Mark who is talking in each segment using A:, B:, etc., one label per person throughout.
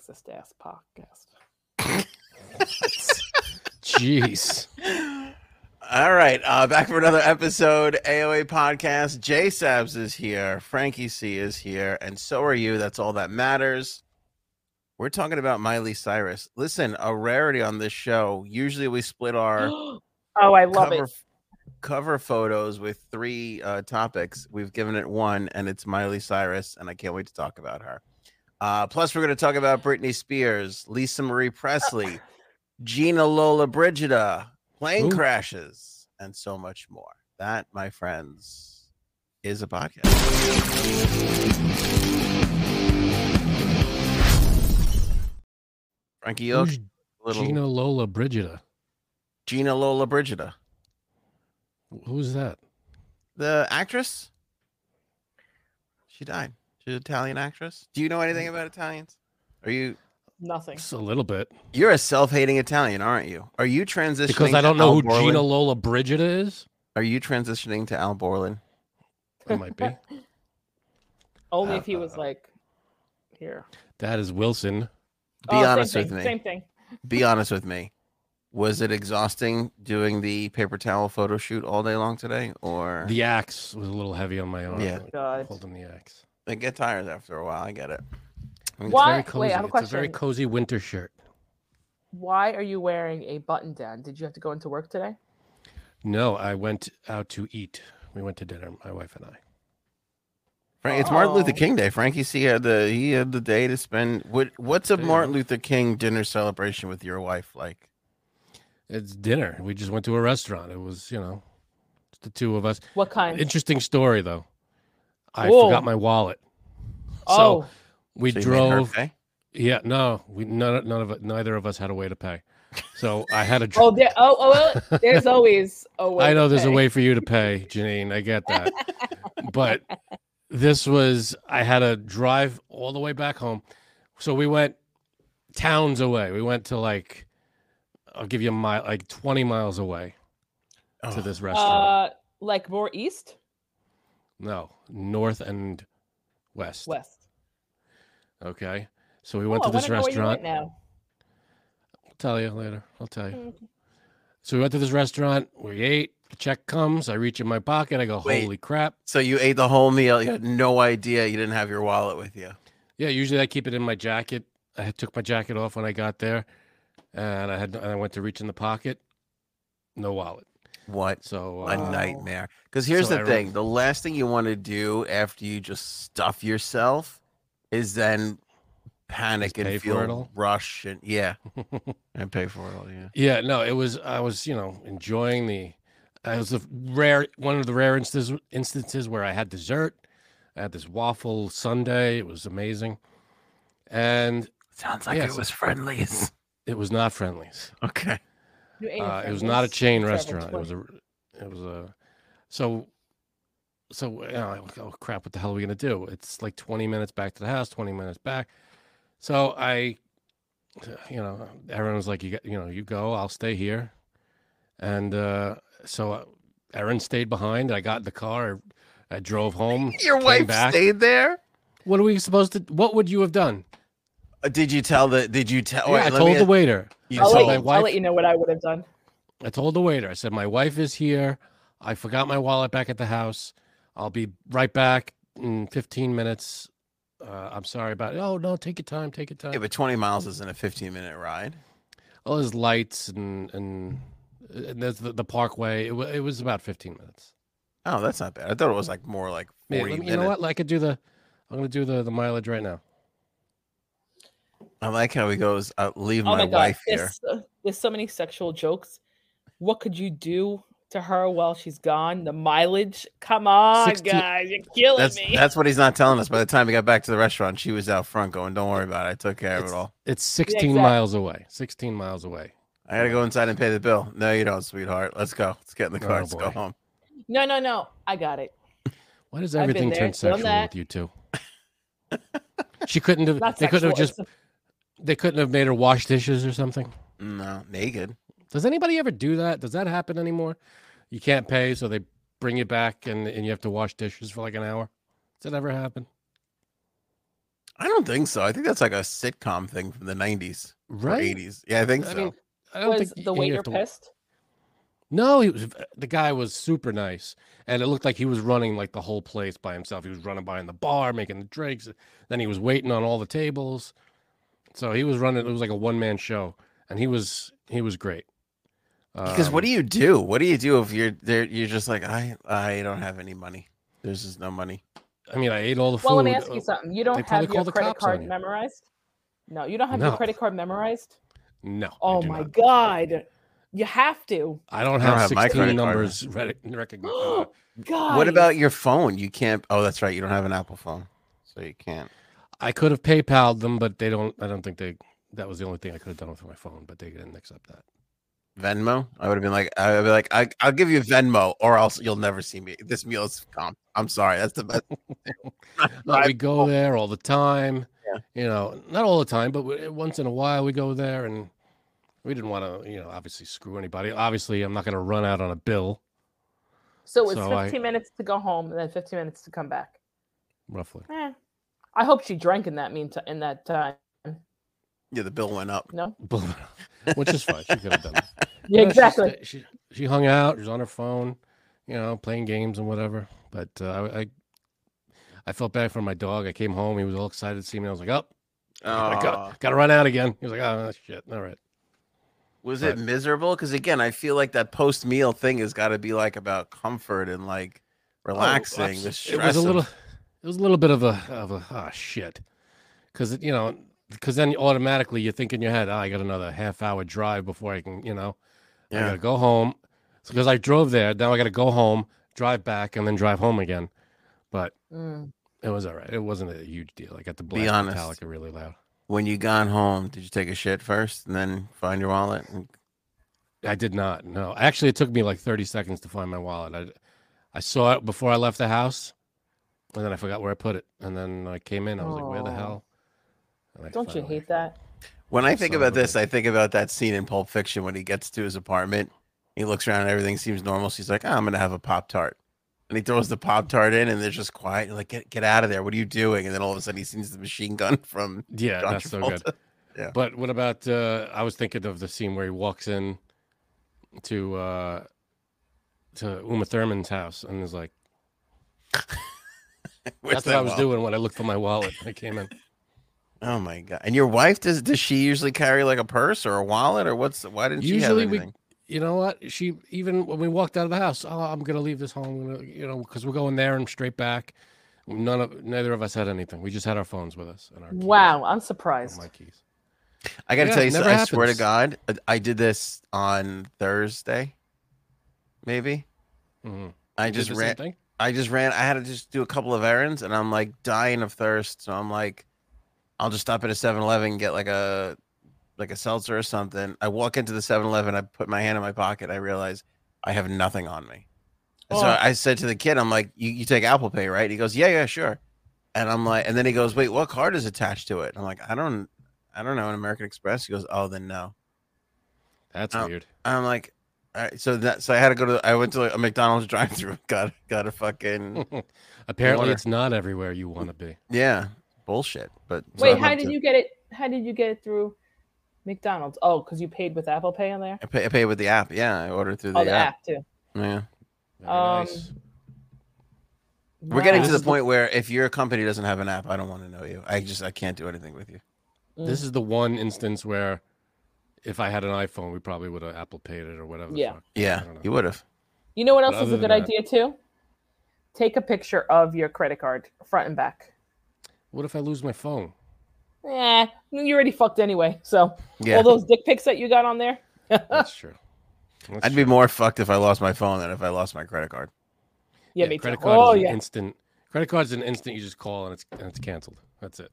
A: sexist ass podcast.
B: Jeez.
C: All right, uh, back for another episode AOA podcast. J Sabs is here, Frankie C is here, and so are you. That's all that matters. We're talking about Miley Cyrus. Listen, a rarity on this show. Usually we split our
A: oh, I love
C: cover,
A: it.
C: cover photos with three uh, topics. We've given it one, and it's Miley Cyrus, and I can't wait to talk about her. Uh, plus, we're going to talk about Britney Spears, Lisa Marie Presley, Gina Lola Brigida, plane
B: Ooh.
C: crashes, and so much more. That, my friends, is a podcast. Frankie, you
B: Who's
C: little Gina,
B: Gina Lola Brigida?
C: Lola Brigida,
B: Who's that?
C: the actress. She died. She's an Italian actress. Do you know anything about Italians? Are you
A: Nothing.
B: Just a little bit.
C: You're a self-hating Italian, aren't you? Are you transitioning?
B: Because I
C: to
B: don't
C: Al
B: know who
C: Borland?
B: Gina Lola Brigida is.
C: Are you transitioning to Al Borland?
B: It might be.
A: Only
C: Uh,
A: if he was like here.
B: That is Wilson.
C: Be
A: Oh, same
C: honest with
A: thing,
C: me.
A: Same thing.
C: Be honest with me. Was it exhausting doing the paper towel photo shoot all day long today, or
B: The axe was a little heavy on my arm.
C: Yeah.
A: God.
B: Holding the axe.
C: I get tired after a while? I get it.
B: It's
A: Why-
B: very
A: wait, I have a
B: cozy. It's a very
A: question.
B: cozy winter shirt.
A: Why are you wearing a button down? Did you have to go into work today?
B: No, I went out to eat. We went to dinner, my wife and I.
C: Frank, it's Martin Luther
A: Oh.
C: King Day. Frankie C had the he had the day to spend. What what's a
B: There you
C: Martin
B: go.
C: Luther King dinner celebration with your wife like?
B: It's dinner. We just went to a restaurant. It was, you know, just the two of us.
A: What kind?
B: Interesting story though. I
A: Whoa.
B: forgot my wallet.
A: oh,
B: So we
C: So you made her
B: drove
C: pay?
B: Yeah, no, we none, none of it, neither of us had a way to pay. So I had a. dr-
A: oh, there, oh, oh, oh, there's always a way.
B: I know there's a
A: to
B: way for you to pay, Janine. I get that, but this was I had to drive all the way back home, so we went towns away. We went to like, I'll give you a mile, like 20 miles away to
C: Oh,
B: this
A: pay.
B: restaurant.
A: Uh, like more east,
B: no, north and west.
A: west.
B: Okay, so we went
A: oh,
B: to this
A: I wanna know
B: restaurant.
A: Where you went now.
B: tell you later. I'll tell you.
A: Mm.
B: So we went to this restaurant. We ate. The check comes. I reach in my pocket. I go,
C: Wait.
B: holy crap.
C: So you ate the whole meal. You had no idea you didn't have your wallet with you.
B: Yeah, usually I keep it in my jacket. I had- took my jacket off when I got there, and I had and I went to reach in the pocket. No wallet.
C: What
B: So
C: a
B: uh,
A: Wow.
C: nightmare. Because here's
B: So
C: the
B: I
C: thing:
B: re-
C: the last thing you want to do after you just stuff yourself is then panic
B: pay
C: and
B: for it
C: feel
B: all?
C: rush and yeah, and pay for it all. Yeah,
B: yeah, no, it was I was you know enjoying the. I was the rare one of the rare instances instances where I had dessert. I had this waffle sundae. It was amazing, and
C: sounds
B: like it Yes. was
C: friendlies.
B: it was not friendlies.
C: Okay,
A: You ate in
B: Uh, it was
A: Fenway's?
B: not a chain
A: Seven
B: restaurant. It was
A: twenty.
B: a, it was a, so, so you know, I was like, oh crap! What the hell are we gonna do? It's like twenty minutes back to the house, twenty minutes back. So I, you know, Aaron was like, you got, you know, you go, I'll stay here, and uh, so Aaron stayed behind. I got in the car. I, I drove home.
C: your
B: came
C: wife
B: back.
C: stayed there.
B: What are we supposed to? What would you have done?
C: Uh, Did you tell the? Did you tell?
B: yeah, I told the waiter.
C: You
A: I'll,
B: So
A: let
B: my
A: you, I'll
B: wife-
A: let you know what I would have done.
B: I told the waiter, I said, My wife is here. I forgot my wallet back at the house. I'll be right back in 15 minutes. Uh, I'm sorry about it. Oh, no, take your time. Take your time.
C: Yeah, but 20 miles isn't a 15 minute ride.
B: All his lights and, and, and there's the, the parkway. It, wa it was about 15 minutes.
C: Oh, that's not bad. I thought it was like more like
B: Yeah,
C: 40
B: let me- you
C: minutes.
B: know what? I could do the, I'm going to do the, the mileage right now.
C: I like how he goes. Uh, leave
A: Oh
C: my,
A: my, god,
C: wife here.
A: there's, so- there's so many sexual jokes. What could you do to her while she's gone? The mileage. Come on,
B: 16
A: guys, you're killing
C: That's
A: me.
C: that's what he's not telling us. By the time we got back to the restaurant, she was out front going, "Don't worry about it. I took care of it all.
B: It's 16
A: exactly.
B: miles away. 16 miles away.
C: I gotta go inside and pay the bill." No, you don't, sweetheart. Let's go. Let's get in the car.
B: Oh,
C: Let's go
B: boy.
C: home.
A: No, no, no. I got it.
B: Why does
A: I've been
B: everything
A: there,
B: turn
A: done
B: sexual
A: that.
B: with you two? she couldn't have,
A: Not
B: they couldn't
A: sexual.
B: have just,
A: it's-
B: they couldn't have made her wash dishes or something.
C: No, naked.
B: Does anybody ever do that? Does that happen anymore? You can't pay, so they bring you back and, and you have to wash dishes for like an hour. Does that ever happen?
C: I don't think so. I think that's like a sitcom thing from the 90s, or
B: right?
C: 80s. Yeah, I think
B: I
C: so.
B: mean, I don't
A: Was
B: think
A: the
B: you- you
A: waiter
B: have to-
A: pissed?
B: No, he was, the guy was super nice, and it looked like he was running like the whole place by himself. He was running behind the bar, making the drinks. Then he was waiting on all the tables, so he was running. It was like a one man show, and he was he was great.
C: because what
B: Um,
C: do you do? What do you do if you're there? You're just like, I I don't have any money. There's just no money.
B: Um, I mean, I ate all the food.
A: Well, let me ask
B: uh,
A: you something. You
B: they
A: don't
B: probably
A: have your
B: call the
A: credit
B: cops on
A: card
B: you.
A: memorized? No, you don't have your
B: No.
A: credit card memorized?
B: Uh, No, I
A: Oh
B: do
A: my
B: not.
A: god. You have to.
B: I don't
C: I don't
B: have,
C: have my
B: sixteen
C: credit card.
B: numbers recognized. Uh,
A: God.
C: What about your phone? You can't. Oh, that's right. You don't have an Apple phone, so you can't.
B: I could have PayPal'd them, but they don't. I don't think they. That was the only thing I could have done with my phone, but they didn't accept that.
C: Venmo. I would have been like, I would be like, I, I'll give you Venmo, or else you'll never see me. This meal is comp. I'm sorry. That's the best.
B: No, we go there all the time.
C: Yeah.
B: You know, not all the time, but w- once in a while we go there, and we didn't want to, you know, obviously screw anybody. Obviously, I'm not going to run out on a bill,
A: So it's
B: So I-
A: 15 minutes to go home and then 15 minutes to come back.
B: roughly.
A: Eh. I hope she drank in that mean in that time.
C: yeah, the bill went up.
A: No.
B: But- Which is fine. She could have done that.
A: Yeah,
B: You know, she
A: exactly.
B: sta- She, she hung out. She was on her phone, you know, playing games and whatever. But uh, I, I I felt bad for my dog. I came home. He was all excited to see me. I was like, oh, I
C: Aw.
B: got got to run out again. He was like, oh shit, all right.
C: Was
B: But-
C: it miserable? Because again, I feel like that post meal thing has got to be like about comfort and like
B: Oh,
C: relaxing.
B: abs-
C: the
B: It
C: stress
B: was a
C: of-
B: little, it was a little bit of a of a ah shit, because you know, because then automatically you think in your head, "Ah, I got another half hour drive before I can, you know, I
C: yeah.
B: gotta go home, because I drove there. Now I gotta go home, drive back, and then drive home again. But
A: Mm.
B: it was all right. It wasn't a huge deal. I got the blast
C: honest.
B: Metallica really loud.
C: When you got home, did you take a shit first and then find your wallet? And-
B: I did not. No, actually, it took me like thirty seconds to find my wallet. I, I saw it before I left the house, and then I forgot where I put it. And then I came in. I was like, "Where the
A: Aw.
B: hell?" And I
A: Don't you
B: finally-
A: hate that?
C: When I
B: I'm
C: think
B: sorry
C: about
B: about
C: this, I think about that scene in Pulp Fiction when he gets to his apartment. He looks around and everything seems normal. So he's like, "Ah, I'm going to have a Pop Tart. And he throws the Pop Tart in and they're just quiet. You're like, get, get out of there. What are you doing? And then all of a sudden he sees the machine gun from
B: Yeah,
C: John
B: that's so good.
C: Travolta. Yeah.
B: But what about? Uh, I was thinking of the scene where he walks in to uh, to Uma Thurman's house and is like, "That's
C: Where's
B: what
C: that
B: I was
C: wallet?"
B: doing when I looked for my wallet. when I came in.
C: Oh my god! And your wife does? Does she usually carry like a purse or a wallet or what's? Why didn't she
B: Usually
C: have
B: we-
C: anything?
B: You know what? She even when we walked out of the house, oh, I'm gonna leave this home. I'm gonna- you know, because we're going there and straight back. None of neither of us had anything. We just had our phones with us and our keys,
A: Wow, I'm
B: and
A: surprised.
B: my keys.
C: I got to
B: Yeah,
C: tell you,
B: it
C: so,
B: never
C: I swear to
B: happens.
C: God, I- I did this on Thursday, maybe.
B: Mhm.
C: I
B: You did
C: just
B: the same
C: ran.
B: thing?
C: I just ran. I had to just do a couple of errands, and I'm like dying of thirst. So I'm like, I'll just stop at a 7-Eleven and get like a like a seltzer or something. I walk into the 7-Eleven. I put my hand in my pocket. I realize I have nothing on me. And So
A: Oh.
C: I said to the kid, I'm like, you, you take Apple Pay, right? He goes, yeah, yeah, sure. And I'm like, and then he goes, wait, what card is attached to it? I'm like, I don't, I don't know. An American Express. He goes, oh, then no.
B: That's
C: Oh.
B: weird.
C: I'm like, all right. So that, so I had to go to, I went to a McDonald's drive-through. Got, got a fucking.
B: Apparently,
C: Water.
B: it's not everywhere you want to be.
C: Yeah, bullshit. But so
A: Wait,
C: I'd
A: how
C: love
A: did
C: to-
A: you get it? How did you get it through McDonald's? Oh, because you paid with Apple Pay on there.
C: I pay, I pay with the app. Yeah, I ordered through the,
A: Oh, the
C: app.
A: app too.
C: Yeah,
B: Very
A: Um,
B: nice.
C: we're getting to
A: Wow.
C: the point where if your company doesn't have an app, I don't want to know you. I just I can't do anything with you.
B: This is the one instance where, if I had an iPhone, we probably would have Apple Paid it or whatever. the
A: Yeah.
B: fuck. I
C: Yeah,
B: don't know.
C: you would have.
A: You know what
B: But
A: else is
B: other
A: a
B: than
A: good
B: that-
A: idea too? Take a picture of your credit card, front and back.
B: What if I lose my phone?
A: Eh, you already fucked anyway. So
C: Yeah,
A: all those dick pics that you got on there.
B: That's true. That's
C: I'd be more fucked if I lost my phone than if I lost my credit card.
A: Yeah, me too.
B: credit card
A: Oh
B: is an
A: yeah.
B: instant. Credit card's an instant. You just call and it's and it's canceled. That's it.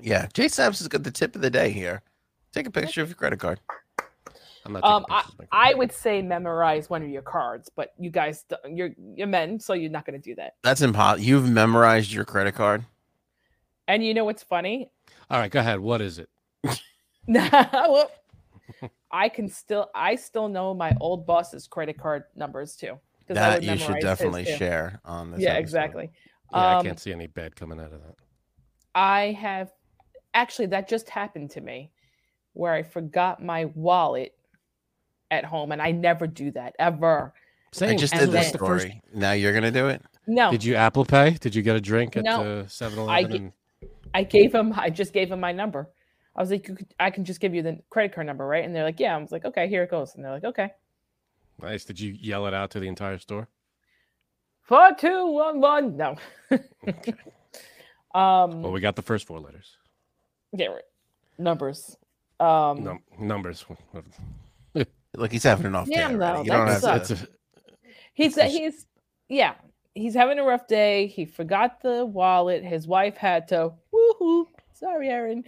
C: Yeah, Jay Sabs has got the tip of the day here. Take a picture of your credit card.
B: I'm not.
A: Um,
B: taking pictures of my
A: I
B: credit
A: would say memorize one of your cards, but you guys, d- you're you're men, so you're not going to do that.
C: That's impossible. You've memorized your credit card.
A: And you know what's funny?
B: card. All right, go ahead. What is it?
A: Well, I can still, I still know my old boss's credit card numbers too. 'cause I
C: That
A: would
C: you should
A: memorize his,
C: definitely
A: too.
C: share on this.
A: Yeah,
C: episode.
A: exactly.
B: Yeah, I
A: Um,
B: can't see any bad coming out of that.
A: I have actually that just happened to me where I forgot my wallet at home and I never do that ever.
C: I
B: Same.
C: just
A: and
C: did this
A: then-
B: That's the first-
C: story. Now you're gonna do it.
A: No,
B: Did you Apple Pay? Did you get a drink at uh,
A: No.
B: the 7
A: ge-
B: Eleven?
A: I gave him I just gave him my number. I was like, you could, I can just give you the credit card number, right? And they're like, yeah. I was like, okay, here it goes. And they're like, okay.
B: Nice. Did you yell it out to the entire store?
A: Mm-hmm. Four, two, one, one. No. um
C: Oh,
B: Well, we got the first four letters.
A: yeah, right. numbers. Um
B: Num- numbers.
C: Look, he's having an off day.
A: Yeah,
C: already.
A: no,
C: you
A: that
C: don't have
A: sucks.
B: it's,
C: to.
B: it's a,
A: He's
B: It's-
A: he's yeah. He's having a rough day. He forgot the wallet. His wife had to woohoo. Sorry, Aaron.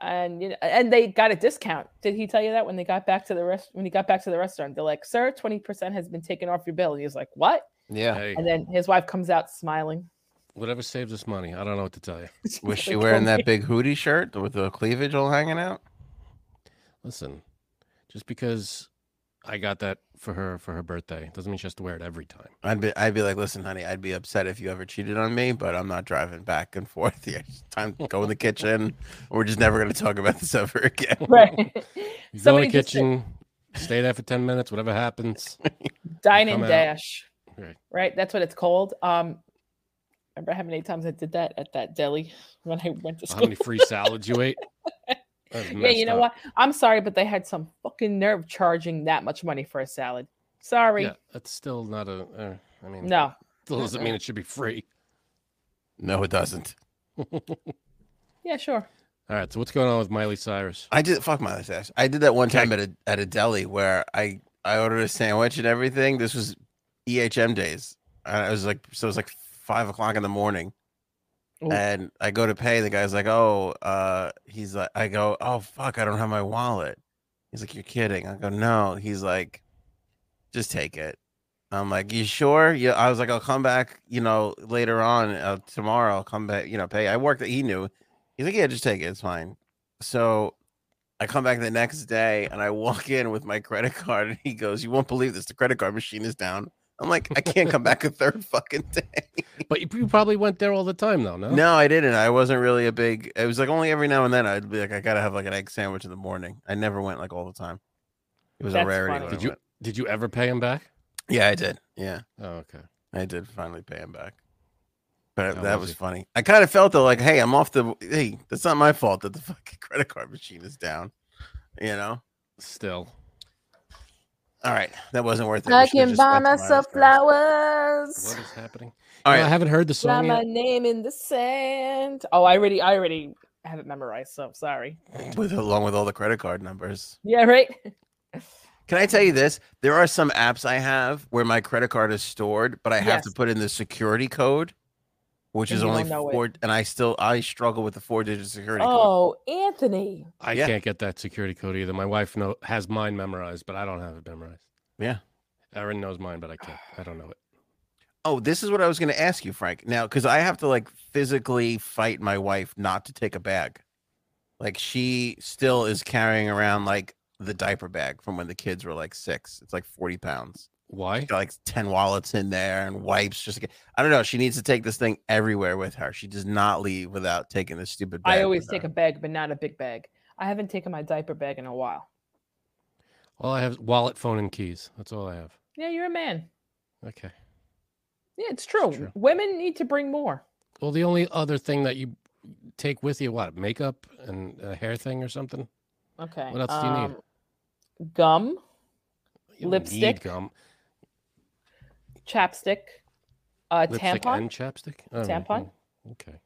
A: And you know, and they got a discount. Did he tell you that when they got back to the rest when he got back to the restaurant? They're like, "Sir, twenty percent has been taken off your bill." And he's like, "What?"
C: Yeah,
B: hey,
A: And then his wife comes out smiling.
B: whatever saves us money. I don't know what to tell you.
A: She's
C: was she
A: like,
C: wearing
A: "Okay."
C: that big hoodie shirt with the cleavage all hanging out?
B: Listen, just because I got that for her for her birthday doesn't mean she has to wear it every time.
C: I'd be, I'd be like, listen, honey, I'd be upset if you ever cheated on me, but I'm not driving back and forth here. It's time to go in the kitchen. We're just never going to talk about this ever again.
A: Right.
B: You go in
A: Somebody
B: the
A: just said-
B: kitchen, stay there for 10 minutes, whatever happens.
A: Dine and
B: Come out.
A: dash.
B: Right.
A: Right. That's what it's called. Um, remember how many times I did that at that deli when I went to
B: How
A: school.
B: many free salads you ate? That's
A: Yeah, you
B: messed
A: know
B: up.
A: what? I'm sorry, but they had some fucking nerve charging that much money for a salad. Sorry.
B: Yeah, that's still not a. Uh, I mean,
A: No.
B: still doesn't
A: Mm-mm.
B: mean it should be free.
C: No, it doesn't.
A: Yeah, sure.
B: All right, so what's going on with Miley Cyrus?
C: I did fuck my ass. I did that one time at a at a deli where I I ordered a sandwich and everything. This was EHM days. And I was like, so it was like five o'clock in the morning,
A: Ooh.
C: and I go to pay. The guy's like, oh, uh, he's like, I go, oh fuck, I don't have my wallet. He's like, you're kidding. I go, no. He's like, just take it. I'm like, you sure? Yeah. I was like, I'll come back, you know, later on uh, tomorrow. I'll come back, you know, pay. I worked. He knew. He's like, yeah, just take it. It's fine. So I come back the next day and I walk in with my credit card and he goes, You won't believe this. The credit card machine is down. I'm like, I can't come back a third fucking day.
B: But you, you probably went there all the time, though. No.
C: No, I didn't. I wasn't really a big it was like only every now and then I'd be like, I gotta have like an egg sandwich in the morning. I never went like all the time. It was
A: That's
C: a rarity.
A: funny.
C: when I
B: Did you
C: went.
B: did you ever pay him back?
C: Yeah, I did. Yeah.
B: Oh, okay.
C: I did finally pay him back. But
B: How
C: that
B: was
C: was
B: he?
C: funny. I kind of felt though, like, hey, I'm off the hey, that's not my fault that the fucking credit card machine is down. You know?
B: Still.
C: All right. That wasn't worth it. We
A: I
C: should've
A: can
C: just
A: buy
C: went to Miley
A: myself
C: Cyrus.
A: flowers.
B: What is happening?
C: All
B: You know,
C: right.
B: I haven't heard the
A: Draw
B: song
A: my
B: yet.
A: name in the sand. Oh, I already, I already have it memorized. So sorry.
C: with along with all the credit card numbers.
A: Yeah, right.
C: Can I tell you this? There are some apps I have where my credit card is stored, but I have to
A: Yes.
C: put in the security code, which
A: And
C: is
A: you
C: only
A: don't know it.
C: four. And I still I struggle with the four digit security code.
A: Oh, Anthony.
B: I
C: Yeah.
B: can't get that security code either. My wife know, has mine memorized, but I don't have it memorized.
C: Yeah.
B: Erin knows mine, but I can't. I don't know it.
C: Oh, this is what I was going to ask you, Frank. Now, because I have to like physically fight my wife not to take a bag. Like she still is carrying around like the diaper bag from when the kids were like six. It's like forty pounds.
B: Why?
C: got like 10 wallets in there and wipes just like i don't know she needs to take this thing everywhere with her she does not leave without taking this stupid bag
A: I always
C: with
A: take a
C: her.
A: bag, but not a big bag. I haven't taken my diaper bag in a while.
B: All I have is wallet, phone, and keys. That's all I have.
A: Yeah, you're a man.
B: Okay.
A: Yeah, it's true.
B: true.
A: Women need to bring more.
B: Well, the only other thing that you take with you, what makeup and a hair thing or something?
A: Okay.
B: What else do you need?
A: need? Gum,
B: You don't need
A: Lipstick?
B: gum,
A: chapstick, uh,
B: lipstick,
A: tampon.
B: and chapstick. Oh,
A: Tampon?
B: mm, Okay.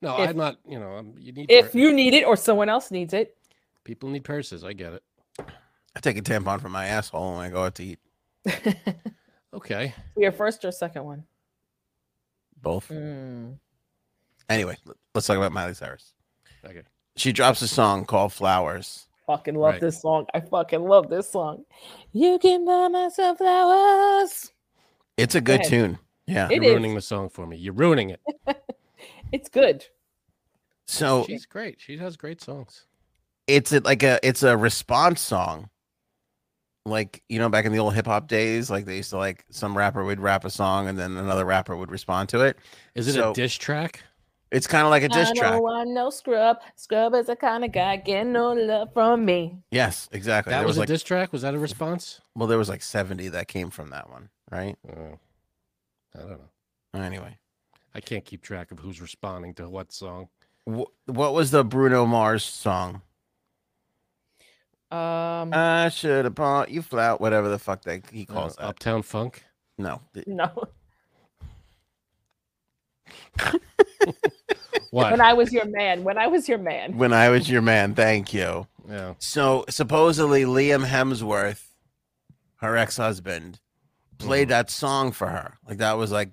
B: No,
A: If-
B: I'm not. You know, I'm, you need.
A: if
B: pur-
A: you need it or someone else needs it.
B: people need purses, I get it.
C: i take a tampon from my asshole when i go out to eat
B: Okay.
A: Your first or second one? Mm.
C: both anyway l- let's talk about miley cyrus
B: Okay.
C: She drops a song called Flowers.
A: Fucking love
B: Right.
A: this song. I fucking love this song. You can buy myself flowers.
C: It's a good
A: ahead.
C: tune. Yeah.
A: It
B: You're
A: is.
B: ruining the song for me. You're ruining it.
A: It's good.
C: So
B: She's great. She has great songs.
C: it's a, like a it's a response song. Like you know, back in the old hip hop days, like they used to like some rapper would rap a song and then another rapper would respond to it.
B: Is it
C: So-
B: a dish track?
C: It's kind of like a diss
A: I
C: track.
A: don't want no scrub. Scrub is the kind of guy getting no love from me.
C: Yes, exactly.
B: That
C: there
B: was,
C: was,
B: a
C: like
B: diss track. Was that a response?
C: well, there was like seventy that came from that one, right?
B: Oh, I don't know.
C: Anyway,
B: I can't keep track of who's responding to what song.
C: Wh- what was the Bruno Mars song?
A: Um,
C: I should have bought you flout, whatever the fuck that he
B: I don't
C: calls
B: know,
C: that.
B: Uh, Uptown Funk.
C: No, th-
A: no.
B: What?
A: When I was your man. When I was your man.
C: when I was your man, thank you.
B: yeah.
C: So supposedly Liam Hemsworth, her ex-husband, played that song for her. Like that was like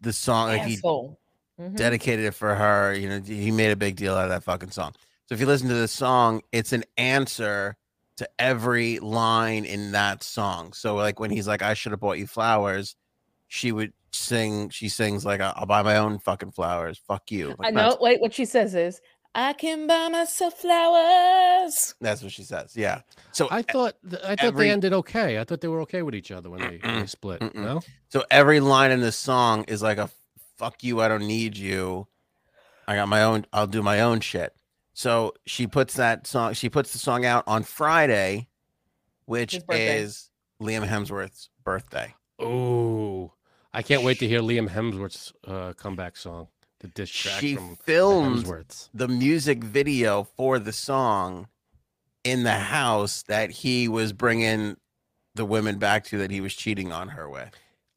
C: the song like he
A: Asshole. Mhm.
C: dedicated it for her. You know, he made a big deal out of that fucking song. So if you listen to the song, it's an answer to every line in that song. So like when he's like, "I should have bought you flowers," she would sing. She sings like, "I'll I'll buy my own fucking flowers. Fuck you."
A: I
C: Like, that's-
A: know. Wait, what she says is, I can buy myself flowers.
C: That's what she says. Yeah. So
B: I thought th- I thought
C: every-
B: they ended okay. I thought they were okay with each other when they, when they split.
C: Mm-mm.
B: No.
C: So every line in this song is like a fuck you, I don't need you. I got my own, I'll do my own shit. So she puts that song, she puts the song out on Friday, which
A: His birthday.
C: is Liam Hemsworth's birthday.
B: Oh, I can't wait to hear Liam Hemsworth's uh, comeback song. The diss track
C: She
B: from the
C: filmed
B: Hemsworths.
C: the music video for the song in the house that he was bringing the women back to that he was cheating on her with.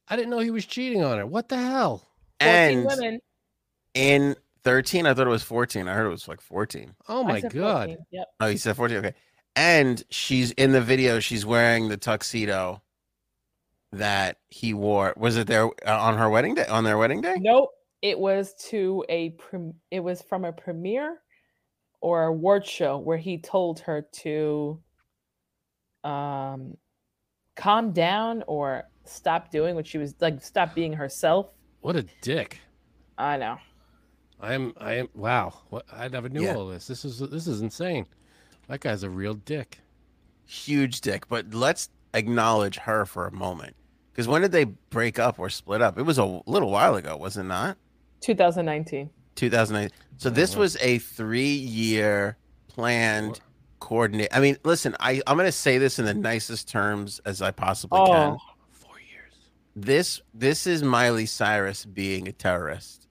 B: I didn't know he was cheating on her. What the hell?
A: 14
C: And
A: women.
C: in 13, I thought it was 14. I heard it was like 14.
B: Oh
A: I
B: my
A: said
B: god.
A: 14, Yep.
C: Oh, you said 14. Okay. And she's in the video, she's wearing the tuxedo that he wore. Was it there uh, on her wedding day? On their wedding day?
A: Nope. It was to a prem- it was from a premiere or award show where he told her to um calm down or stop doing what she was like stop being herself.
B: What a dick.
A: I know.
B: I am. I am. Wow. What? I never knew
C: Yeah.
B: all this. This is. This is insane. That guy's a real dick.
C: Huge dick. But let's acknowledge her for a moment. Because when did they break up or split up? It was a little while ago, was it not?
A: 2019.
C: 2008. So this
B: wow.
C: was a three year planned coordinate. I mean, listen, I, I'm going to say this in the nicest terms as I possibly can.
A: Oh,
B: Four years.
C: this this is Miley Cyrus being a terrorist.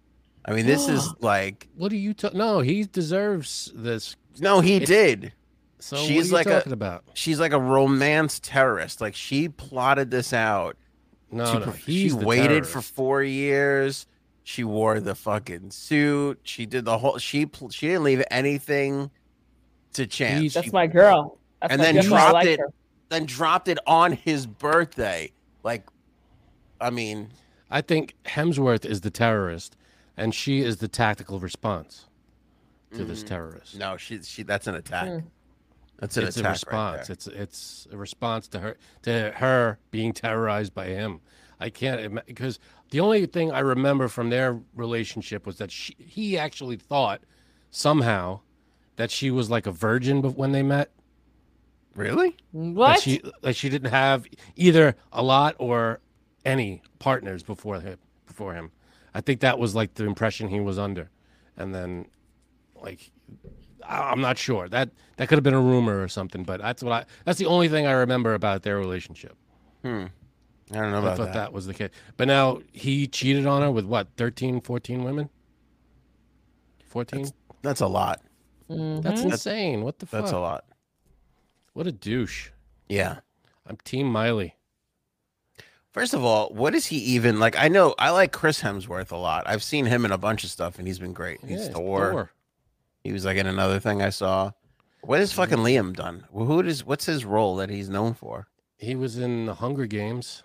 C: I mean, this is like
B: What are you? Ta- no, he deserves this.
C: no, he
B: It's-
C: did.
B: So what are
C: She's
B: you
C: like a-
B: talking about?
C: She's like a romance terrorist. Like she plotted this out.
B: No,
C: she
B: no.
C: pre-
B: He's
C: she
B: the
C: waited for
B: terrorist.
C: four years. She wore the fucking suit. She did the whole. She pl- she didn't leave anything to chance.
B: He's-
C: She
A: that's my girl. That's
C: And
A: my
C: then
A: girl. I
C: dropped
A: like
C: it.
A: her.
C: then dropped it on his birthday. Like, I mean,
B: I think Hemsworth is the terrorist, and she is the tactical response to this
C: mm,
B: terrorist.
C: No, she she. That's an attack.
A: Mm.
C: That's an
B: Hmm. It's a
C: attack. right
B: response.
C: there.
B: it's it's a response to her to her being terrorized by him. I can't because the only thing I remember from their relationship was that she, he actually thought somehow that she was like a virgin bef- when they met.
C: really.
A: What?
B: That she that she didn't have either a lot or any partners before him. Before him, I think that was like the impression he was under, and then like I- I'm not sure that that could have been a rumor or something, but that's what I that's the only thing I remember about their relationship.
C: Hmm. I don't know
B: I
C: about
B: thought
C: that.
B: that. was the case, but now he cheated on her with what 13, 14 women. 14 that's,
C: That's a lot.
A: Mhm.
B: insane what the fuck
C: That's a lot.
B: what a douche
C: Yeah.
B: i'm team miley
C: First of all, what is he even like? I know I like Chris Hemsworth a lot. I've seen him in a bunch of stuff, and he's been great.
B: Yeah,
C: He's
B: it's
C: Thor.
B: Thor.
C: He was like in another thing I saw. What has fucking Liam done? Wh- Who does? What's his role that he's known for?
B: he was in the hunger games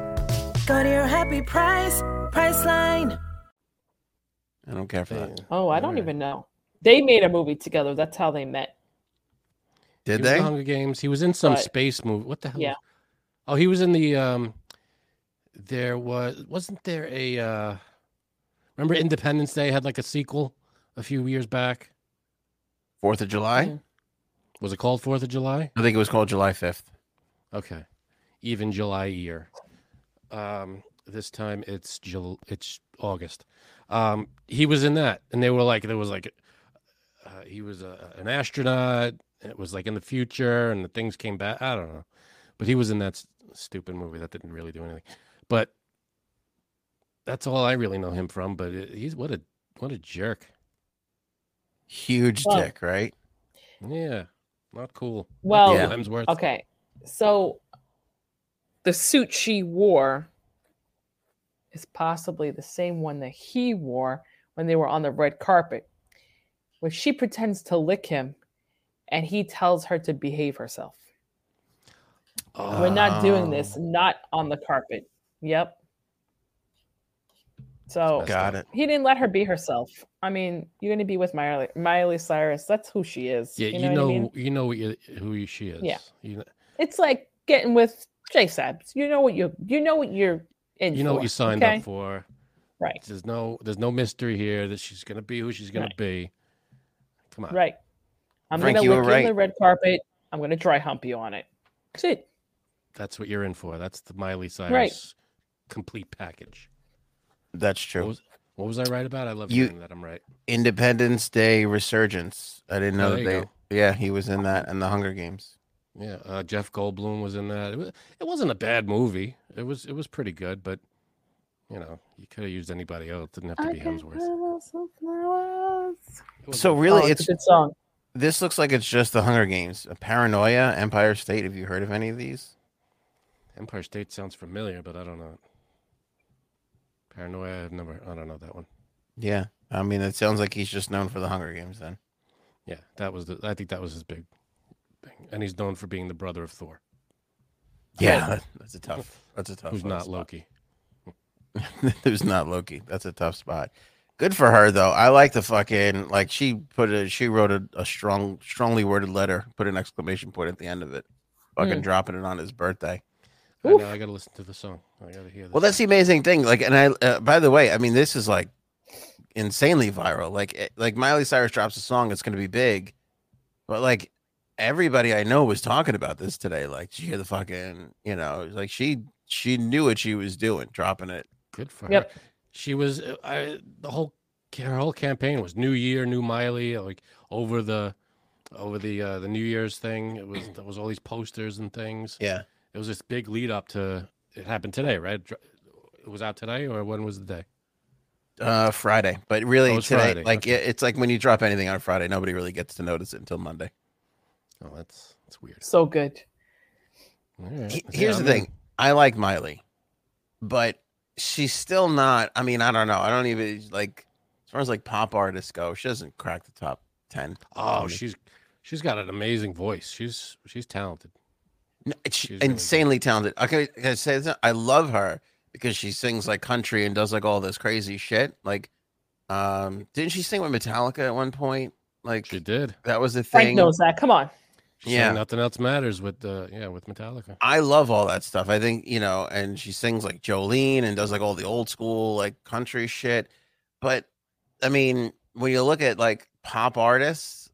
D: Go to your happy price, Priceline.
C: I don't care for that.
A: Oh, I don't
B: Alright.
A: even know. They made a movie together. That's how they met.
B: He
C: Did
B: was in
C: they?
B: the Hunger Games. He was in some
A: But-
B: space movie. What the hell?
A: Yeah.
B: Oh, he was in the um there was wasn't there a uh remember Independence Day had like a sequel a few years back?
C: Fourth of July?
A: Mhm.
B: Was it called Fourth of July?
C: I think it was called July fifth.
B: Okay. Even July year. Um this time it's Jul- it's August. Um he was in that and they were like there was like uh, he was a, an astronaut. It was like in the future and the things came back. I don't know. But he was in that s- stupid movie that didn't really do anything. But that's all I really know him from, but it, he's what a what a jerk.
C: Huge
A: Well,
C: dick, right?
B: Yeah. Not cool.
A: Well,
C: Yeah.
B: Hemsworth.
A: okay. So the suit she wore is possibly the same one that he wore when they were on the red carpet, where she pretends to lick him and he tells her to behave herself.
B: Ah,
A: We're not doing this,
C: Oh.
A: not on the carpet. Yep. So
B: That's
C: Got
B: not-
C: it.
A: he didn't let her be herself. I mean, you're gonna be with Miley, Miley Cyrus. That's who she is.
B: Yeah, you know, you
A: what
B: know,
A: I mean?
B: what you, who she is.
A: Yeah.
B: You know,
A: It's like getting with J Sabs. You know what you you know what you're in.
B: you know what
A: for,
B: you signed
A: okay?
B: up for.
A: Right.
B: There's no there's no mystery here that she's gonna be who she's gonna
A: Right.
B: be. Come on.
A: Right. I'm
C: Frank,
A: gonna
C: you were
A: look in the
C: right.
A: red carpet. I'm gonna dry hump you on it. That's it.
B: That's what you're in for. That's the Miley Cyrus complete package.
C: That's
B: What
C: true.
B: was, what was I right about? I love
C: You-
B: hearing that I'm right.
C: Independence Day Resurgence. I didn't
B: Oh,
C: know that
B: there you
C: they. Yeah, he was in that and the Hunger Games.
B: Yeah. Uh, Jeff Goldblum was in that. It, was, it wasn't a bad movie. It was it was pretty good, but you know, you could have used anybody else. Didn't have to be Hemsworth. It
C: So
B: wasn't-
C: really,
A: oh, it's,
C: it's
A: a good song.
C: this looks like it's just the Hunger Games. A Paranoia, Empire State. Have you heard of any of these?
B: Empire State sounds familiar, but I don't know. it. Paranoia, I've never I don't know that one.
C: Yeah, I mean, it sounds like he's just known for the Hunger Games. Then
B: Yeah, that was the. I think that was his big thing, and he's known for being the brother of Thor,
C: yeah, that- that's a tough. That's a tough.
B: who's
C: uh,
B: not
C: spot.
B: Loki.
C: Who's not Loki? That's a tough spot. Good for her though. I like the fucking like she put a she wrote a, a strong strongly worded letter, put an exclamation point at the end of it, fucking dropping it on his birthday.
B: I know. I gotta listen to the song. I gotta hear. This
C: Well, that's the amazing thing. Like, and I uh, by the way, I mean this is like insanely viral. Like, it- like Miley Cyrus drops a song, it's gonna be big, but like everybody I know was talking about this today. Like, did you hear the fucking you know, like she she knew what she was doing, dropping it.
B: good for
A: Yep.
B: her. She was. uh, I the whole ca- her whole campaign was New Year, New Miley. Like over the over the uh, the New Year's thing, it was there was all these posters and things.
C: Yeah,
B: It was this big lead up to. It happened today, right? Dr- It was out today, or when was the day?
C: Uh, Friday, but really
B: Oh, it's
C: today,
B: Friday,
C: like
B: okay.
C: it, it's like when you drop anything on a Friday, nobody really gets to notice it until Monday.
B: Oh, that's that's weird.
A: So good.
B: All right.
C: He-
B: Yeah,
C: Here's
B: I'm
C: the
B: in.
C: thing: I like Miley, but she's still not. I mean, I don't know. I don't even like as far as like pop artists go. She doesn't crack the top ten.
B: Oh,
C: Tony.
B: she's she's got an amazing voice. She's she's talented.
C: No, it's
B: really good.
C: insanely talented. I can, can I say this? I love her because she sings like country and does like all this crazy shit. Like, um, didn't she sing with Metallica at one point? Like
B: She did.
C: that was the
A: Frank
C: thing.
A: knows that. Come on.
B: She
C: Yeah.
B: yeah. Nothing else matters with uh yeah with Metallica.
C: I love all that stuff. I think, you know, and she sings like Jolene and does like all the old school like country shit. But I mean, when you look at like pop artists,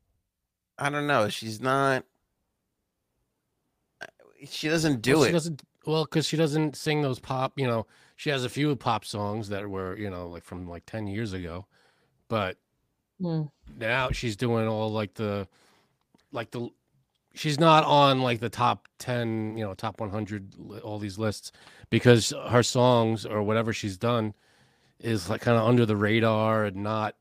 C: I don't know, she's not she doesn't do
B: Well,
C: it.
B: She doesn't well because she doesn't sing those pop. You know, she has a few pop songs that were you know like from like ten years ago, but
A: Mm.
B: now she's doing all like the like the she's not on like the top 10 you know top 100 li- all these lists because her songs or whatever she's done is like kind of under the radar and not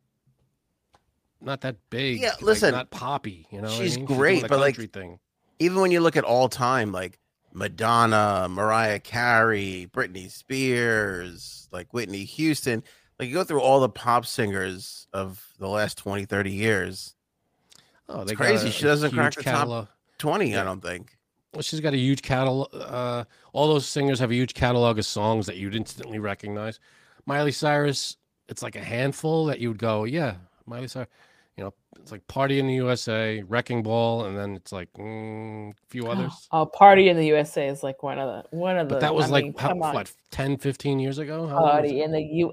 B: not that big.
C: Yeah,
B: like,
C: listen,
B: not poppy. You know, what I
C: she's
B: mean? doing
C: great,
B: the
C: but, like,
B: country thing.
C: even when you look at all time, like Madonna, Mariah Carey, Britney Spears, like Whitney Houston, like you go through all the pop singers of the last 20, 30 years.
B: Oh,
C: it's
B: they got
C: crazy.
B: a-
C: She
B: a
C: doesn't crack
B: huge
C: the top
B: catalog.
C: 20,
B: Yeah.
C: I don't think.
B: Well, she's got a huge catalog. Uh, all those singers have a huge catalog of songs that you'd instantly recognize. Miley Cyrus, it's like a handful that you would go, yeah, Miley Cyrus. You know, it's like Party in the USA, Wrecking Ball, and then it's like mm, a few others.
A: Oh, Party in the USA is like one of the one of the.
B: But that was
A: I
B: like,
A: mean,
B: how,
A: come on.
B: what, 10, 15 years ago? How long was
A: Party
B: it?
A: in the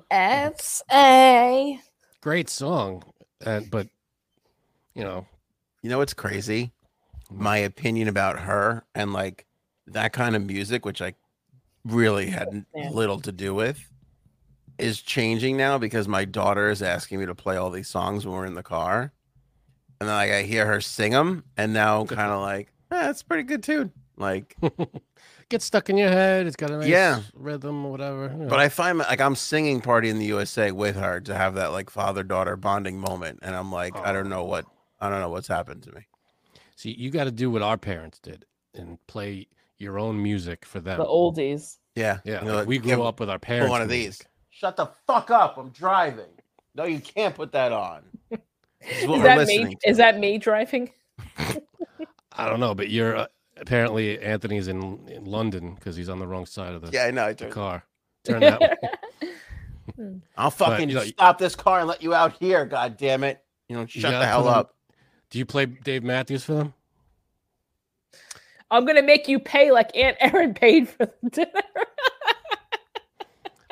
A: USA.
B: Great song. And, but, you know,
C: You know what's crazy? My opinion about her and like that kind of music, which I really had n-
A: Yeah.
C: little to do with, is changing now because my daughter is asking me to play all these songs when we're in the car. And then like I hear her sing them, and now I'm kind of like, eh, that's a pretty good tune. Like,
B: gets stuck in your head. It's got a nice
C: Yeah.
B: rhythm or whatever. you know.
C: but I find my- like I'm singing "Party in the USA" with her to have that like father daughter bonding moment, and I'm like, I don't know what I don't know what's happened to me.
B: See, you got to do what our parents did and play your own music for them.
A: The oldies.
C: Yeah,
B: Yeah,
C: you know,
B: like,
C: like,
B: we
C: give-
B: grew up with our
C: Put
B: parents.
C: one of these.
B: music.
C: Shut the fuck up. I'm driving. No, you can't put that on. This is what
A: Is
C: we're
A: that
C: listening
A: me?
C: to.
A: Is that me driving?
B: I don't know, but you're uh, apparently Anthony's in, in London because he's on the wrong side of the,
C: Yeah, I know. I
B: the
C: turned-
B: car. Turn that way.
C: I'll fucking
B: you know, you-
C: stop this car and let you out here. God damn it. You know, shut the
B: gotta
C: hell
B: put on-
C: up.
B: Do you play Dave Matthews for them?
A: I'm gonna make you pay like Aunt Erin paid for the dinner.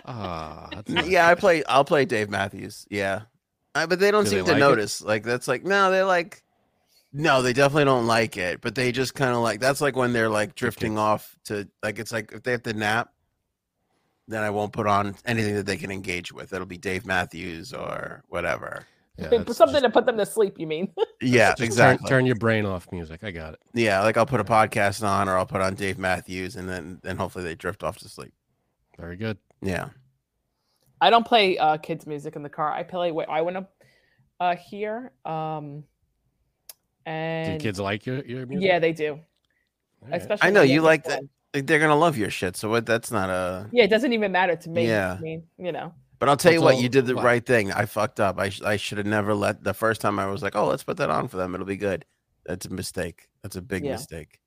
B: Ah, that's
C: N-
B: nice.
C: yeah, I play. I'll play Dave Matthews. Yeah, I, but they don't
B: Do they
C: seem to
B: like it?
C: notice. Like that's like no, they're like no, they definitely don't like it. But they just kind of like that's like when they're like drifting off to like it's like if they have to nap, then I won't put on anything that they can engage with. It'll be Dave Matthews or whatever.
B: Yeah, that's
A: Something
B: just-
A: to put them to sleep. You mean?
C: Yeah,
B: just turn-
C: exactly.
B: Turn, your brain off music. I got it.
C: Yeah, like I'll put a podcast on or I'll put on Dave Matthews and then then hopefully they drift off to sleep.
B: Very good.
C: Yeah.
A: I don't play uh, kids music in the car. I play what I want to uh, hear. Um,
B: Do
A: and
B: kids like your, your music?
A: yeah, they do.
B: All right.
A: Especially
C: I know
A: the
C: you
A: younger
C: like that.
A: ones.
C: like, They're gonna love your shit. So what? That's not a.
A: Yeah, it doesn't even matter to me.
C: Yeah.
A: I mean, you know,
C: But I'll tell you
B: That's
C: what,
B: all-
C: you did the
B: what?
C: right thing. I fucked up. I sh- I should have never let the first time. I was like, oh, let's put that on for them. It'll be good. That's a mistake. That's a big
A: Yeah.
C: mistake.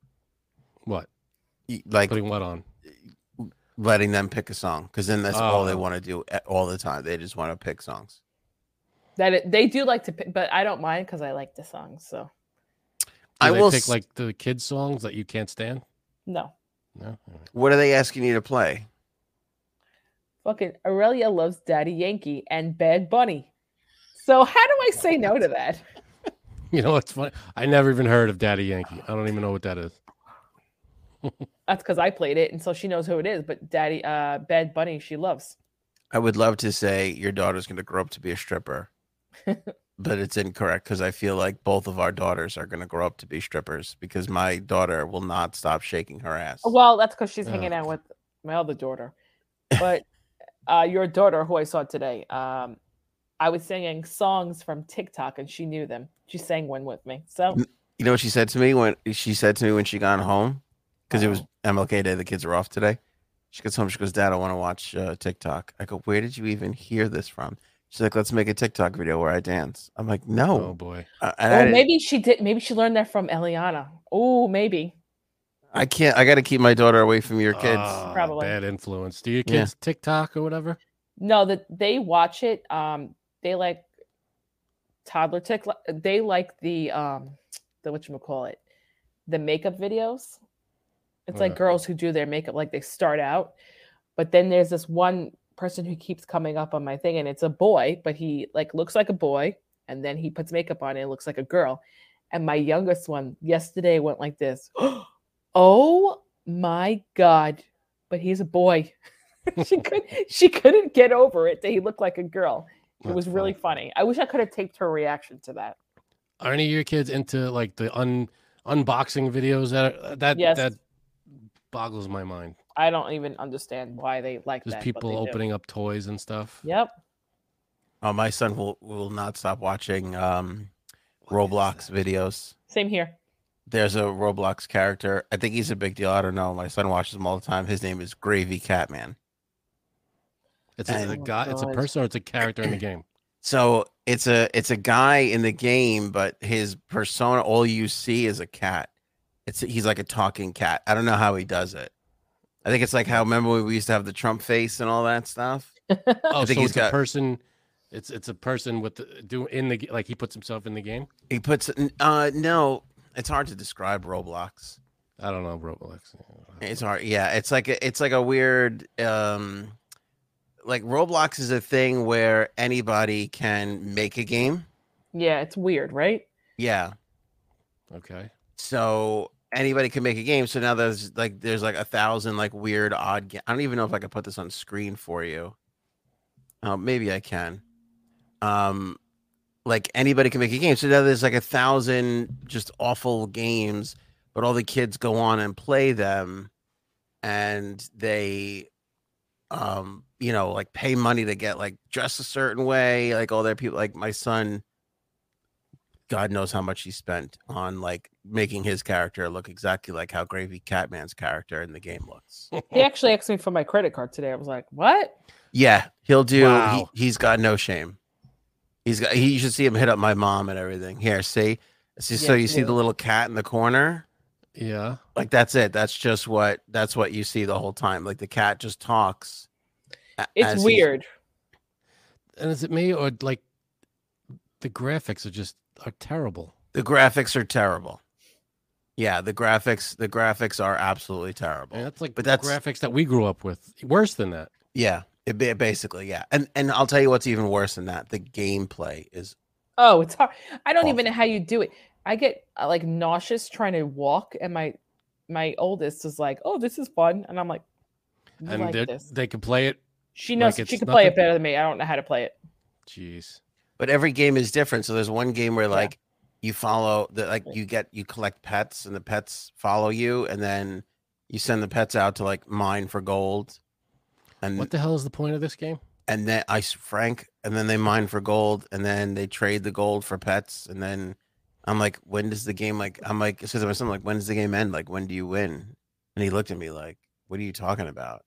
B: What?
C: Y- Like
B: Putting what on?
C: letting them pick a song because then that's all they
B: Oh.
C: want to do a- all the time. They just want to pick songs.
A: that it, they do like to, pick, but I don't mind because I like the songs. So
B: Do
C: I
B: they
C: will.
B: pick
C: s-
B: like the kids songs that you can't stand.
A: no,
B: No. All right.
C: what are they asking you to play?
A: fucking Aurelia loves Daddy Yankee and Bad Bunny. So how do I say no to that?
B: You know what's funny? I never even heard of Daddy Yankee. I don't even know what that is.
A: That's because I played it, and so she knows who it is. But Daddy, uh, Bad Bunny, she loves.
C: I would love to say your daughter's going to grow up to be a stripper, but it's incorrect because I feel like both of our daughters are going to grow up to be strippers because my daughter will not stop shaking her ass.
A: Well, that's because she's hanging
B: Ugh.
A: out with my other daughter. But uh, your daughter, who I saw today, um, I was singing songs from TikTok, and she knew them. She sang one with me. So
C: You know what she said to me when she said to me when she got home because it was MLK Day. The kids are off today. She gets home. She goes, "Dad, I want to watch uh, TikTok." I go, "Where did you even hear this from?" She's like, "Let's make a TikTok video where I dance." I'm like,
B: Oh,
C: "No."
B: boy.
C: Uh, and I
A: oh,
C: didn't-
A: maybe she did. Maybe she learned that from Eliana. Oh, maybe.
C: I can't. I got to keep my daughter away from your kids.
B: Ah,
A: Probably.
B: bad influence. Do your
C: Yeah.
B: kids TikTok or whatever?
A: No, that they watch it. Um, they like toddler tick. They like the um, the what you call it, the makeup videos. It's like
B: Yeah.
A: girls who do their makeup, like they start out, but then there's this one person who keeps coming up on my thing, and it's a boy, but he like looks like a boy, and then he puts makeup on and it looks like a girl. And my youngest one yesterday went like this. oh my god! But he's a boy. she could she couldn't get over it that he looked like a girl. It
B: That's
A: was really funny. I wish I could have taped her reaction to that.
B: Are any of your kids into like the un unboxing videos uh, that are, that
A: Yes.
B: that boggles my mind.
A: I don't even understand why they like
B: Just
A: that. but
B: people
A: they do.
B: opening up toys and stuff.
A: Yep.
C: Oh, my son will will not stop watching um, Roblox videos.
A: Same here.
C: There's a Roblox character. I think he's a big deal. I don't know. My son watches him all the time. His name is Gravy Catman.
B: It's a,
C: Oh
B: a
A: my
B: guy. It's a
A: God.
B: person or it's a character in the game.
C: So it's a it's a guy in the game, but his persona, all you see is a cat. It's he's like a talking cat. I don't know how he does it. I think it's like how remember when we used to have the Trump face and all that stuff.
B: Oh, so it's
C: think he's
B: a
C: got-
B: person. It's it's a person with the, do in the g- like he puts himself in the game.
C: He puts uh no, it's hard to describe Roblox.
B: I don't know Roblox.
C: It's hard. Yeah, it's like a, it's like a weird um like Roblox is a thing where anybody can make a game.
A: Yeah, it's weird, right?
C: Yeah.
B: Okay.
C: So anybody can make a game. So now there's like there's like a thousand like weird odd ga- I don't even know if I could put this on screen for you. Uh, maybe I can. Um like anybody can make a game. So now there's like a thousand just awful games, but all the kids go on and play them and they um you know like pay money to get like dressed a certain way, like all their people like my son God knows how much he spent on like making his character look exactly like how Gravy Catman's character in the game looks.
A: He actually asked me for my credit card today. I was like, "What?"
C: Yeah, he'll do.
B: Wow.
C: He, he's got no shame. He's got. He, you should see him hit up my mom and everything. Here, see, see so
A: Yeah,
C: you see
A: yeah.
C: the little cat in the corner.
B: Yeah.
C: Like that's it. That's just what. That's what you see the whole time. Like the cat just talks. a- as
A: It's
C: he's-
A: weird.
B: And is it me or like the graphics are just are terrible?
C: The graphics are terrible. Yeah, the graphics. The graphics are absolutely terrible.
B: I mean, that's like
C: But
B: the
C: that's-
B: graphics that we grew up with. Worse than that.
C: Yeah, it ba- basically, yeah. And and I'll tell you what's even worse than that. The gameplay is
A: Oh, it's hard. I don't even
C: Awful.
A: know how you do it. I get uh, like nauseous trying to walk, and my my oldest is like, "Oh, this is fun," and I'm like, "You
B: And
A: like
B: they
A: this?"
B: they can play it.
A: She
B: like
A: knows
B: it's
A: she can play it
B: nothing-
A: better than me. I don't know how to play it.
B: Jeez.
C: but every game is different. So there's one game where
A: Yeah.
C: like you follow the like
A: Right.
C: you get you collect pets and the pets follow you and then you send the pets out to like mine for gold. And
B: What the hell is the point of this game?
C: and then I s- Frank and then they mine for gold and then they trade the gold for pets and then I'm like, when does the game like I'm like so to my son like when does the game end? Like when do you win? And he looked at me like, what are you talking about?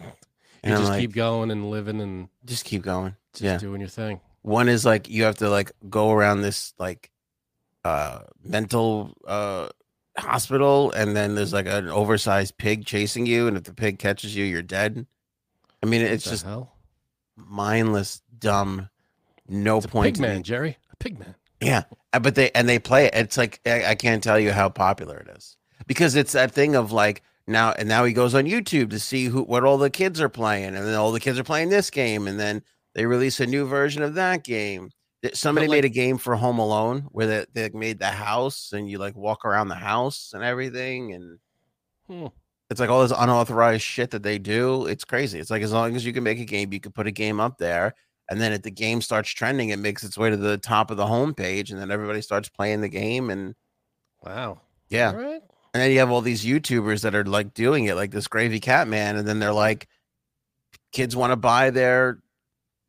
B: You
C: And I'm
B: just
C: like,
B: keep going and living and
C: just keep going.
B: just
C: yeah.
B: doing your thing.
C: One is like you have to like go around this like uh mental uh hospital and then there's like an oversized pig chasing you and if the pig catches you you're dead. I mean
B: What
C: it's
B: the
C: just
B: hell.
C: mindless dumb no
B: It's a
C: point
B: pig
C: to the-
B: man, Jerry. A pig man.
C: Yeah, uh, but they and they play it. It's like I, I can't tell you how popular it is because it's that thing of like now and now he goes on YouTube to see who what all the kids are playing, and then all the kids are playing this game, and then they release a new version of that game. Th- Somebody made a game for Home Alone where they, they made the house and you like walk around the house and everything, and
B: Hmm.
C: it's like all this unauthorized shit that they do. It's crazy. It's like as long as you can make a game, you can put a game up there. And then if the game starts trending, it makes its way to the top of the homepage, and then everybody starts playing the game. And
B: Wow.
C: yeah,
B: All right.
C: and then you have all these YouTubers that are like doing it, like this Gravy Cat Man, and then they're like, kids want to buy their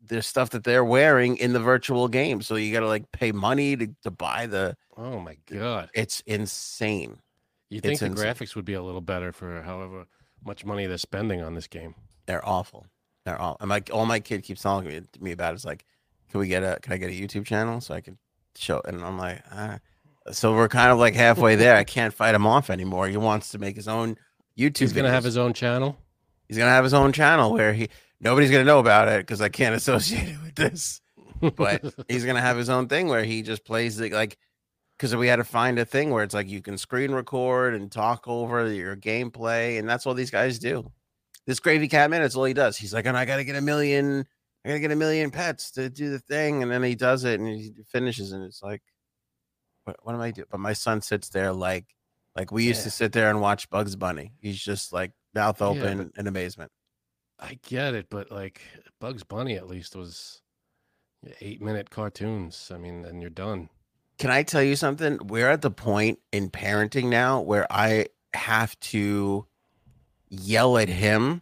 C: their stuff that they're wearing in the virtual game, so you got to like pay money to to buy the.
B: Oh my god.
C: It's insane.
B: You think
C: it's
B: the
C: insane.
B: graphics would be a little better for however much money they're spending on this game?
C: they're awful. They're all. I'm like, all my kid keeps telling me, me about is like, can we get a, can I get a YouTube channel so I can show? And I'm like, ah. so we're kind of like halfway there. I can't fight him off anymore. He wants to make his own YouTube.
B: He's gonna have
C: videos.
B: his own channel.
C: He's gonna have his own channel where he nobody's gonna know about it because I can't associate it with this. But he's gonna have his own thing where he just plays the like. Because we had to find a thing where it's like you can screen record and talk over your gameplay, and that's all these guys do. This gravy catman, it's all he does. He's like, and I gotta get a million, I gotta get a million pets to do the thing, and then he does it and he finishes, and it's like, what, what am I doing? But my son sits there like, like we used to
B: Yeah.
C: sit there and watch Bugs Bunny. He's just like mouth
B: Yeah,
C: open in amazement.
B: I get it, but like Bugs Bunny at least was eight minute cartoons. I mean, and you're done.
C: Can I tell you something? We're at the point in parenting now where I have to yell at him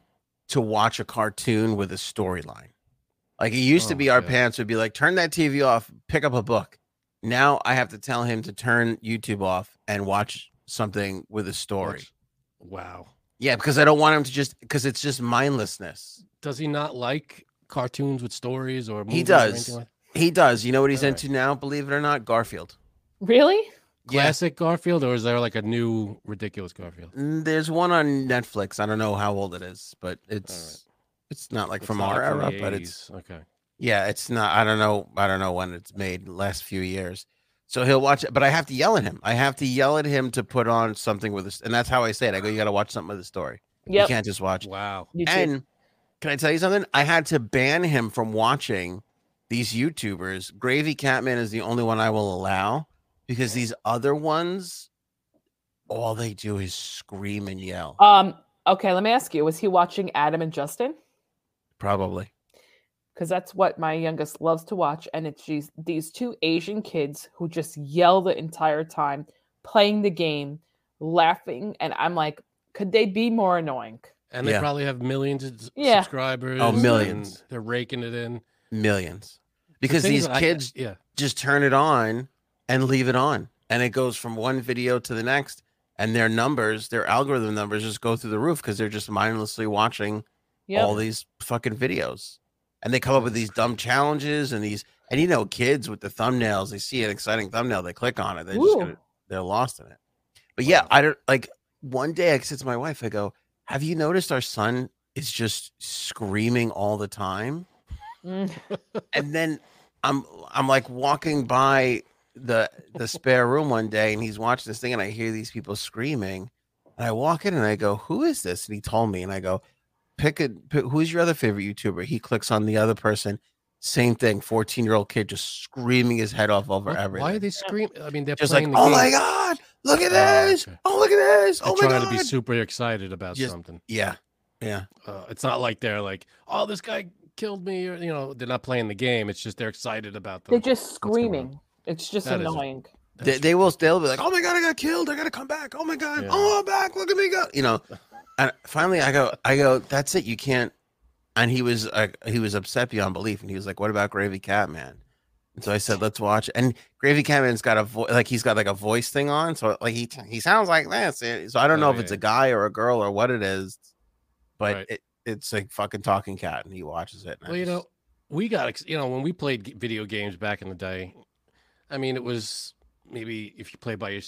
C: to watch a cartoon with a storyline. Like it used to
B: Oh,
C: be our
B: yeah.
C: parents would be like, turn that TV off, pick up a book. Now I have to tell him to turn YouTube off and watch something with a story.
B: Watch- Wow.
C: Yeah, because I don't want him to just because it's just mindlessness.
B: Does he not like cartoons with stories or movies
C: He
B: or
C: does.
B: anything like
C: He does. You know what he's
B: All right.
C: into now, believe it or not? Garfield.
A: Really?
C: Yeah.
B: Classic Garfield, or is there like a new ridiculous Garfield?
C: Mm, There's one on Netflix. I don't know how old it is, but it's it's not like
B: It's
C: from
B: not
C: our
B: the
C: era, but it's
B: 80s. okay.
C: Yeah, it's not. I don't know. I don't know when it's made. Last few years, so he'll watch it. But I have to yell at him. I have to yell at him to put on something with this, and that's how I say it. I go, you got to watch something with a story. You
A: Yep.
C: can't just watch.
B: Wow.
A: You too.
C: And can I tell you something? I had to ban him from watching these YouTubers. Gravy Catman is the only one I will allow because these other ones, all they do is scream and yell.
B: Uh,
A: Um, okay, let me ask you, was he watching Adam and Justin?
C: Probably.
A: Because that's what my youngest loves to watch, and it's these, these two Asian kids who just yell the entire time, playing the game, laughing, and I'm like, could they be more annoying?
B: And they
C: Yeah.
B: probably have millions of s-
A: Yeah.
B: subscribers.
C: Oh,
B: and
C: millions.
B: They're raking it in. The
C: Millions. Because
B: thing is
C: these
B: that I-
C: kids
B: yeah.
C: just turn it on and leave it on. And it goes from one video to the next. And their numbers, their algorithm numbers just go through the roof because they're just mindlessly watching
A: Yep.
C: all these fucking videos. And they come up with these dumb challenges and these, and you know, kids with the thumbnails, they see an exciting thumbnail, they click on it, they just
A: Ooh.
C: gonna, they're lost in it. But yeah, I don't like one day I said to my wife, I go, Have you noticed our son is just screaming all the time? Oh,
A: Mm.
C: and then I'm I'm like walking by the the spare room one day and he's watching this thing and I hear these people screaming and I walk in and I go who is this and he told me and I go pick a pick, who's your other favorite YouTuber he clicks on the other person same thing 14 year old kid just screaming his head off over
B: What-
C: everything
B: Why are they screaming? I mean, they're
C: just like
B: playing the
C: oh
B: game.
C: my god look at
B: Oh,
C: this
B: okay.
C: oh look at this
B: They're
C: oh my
B: trying
C: god
B: to be super excited about
C: Just-
B: something.
C: yeah yeah
B: Uh, it's not like they're like, oh, this guy killed me, or you know, they're not playing the game. It's just they're excited about the.
A: They're just
B: going on?
A: screaming. It's just
B: That is a-
A: annoying.
C: they, they will still be like, "Oh my god, I got killed! I gotta come back! Oh my god!
B: Yeah.
C: Oh, I'm back! Look at me go!" You know. And finally, I go, I go. That's it. You can't. And he was, uh, he was upset beyond belief, and he was like, "What about Gravy Catman?" And so I said, "Let's watch." And Gravy Catman's got a voice, like he's got like a voice thing on, so like he he sounds like this. eh, So I don't
B: Oh,
C: know if
B: yeah,
C: it's a
B: yeah.
C: guy or a girl or what it is, but
B: Right.
C: it, it's like fucking talking cat, and he watches it. and I
B: Well, you
C: just-
B: know, we got ex- you know when we played g- video games back in the day. I mean, it was maybe if you play by your,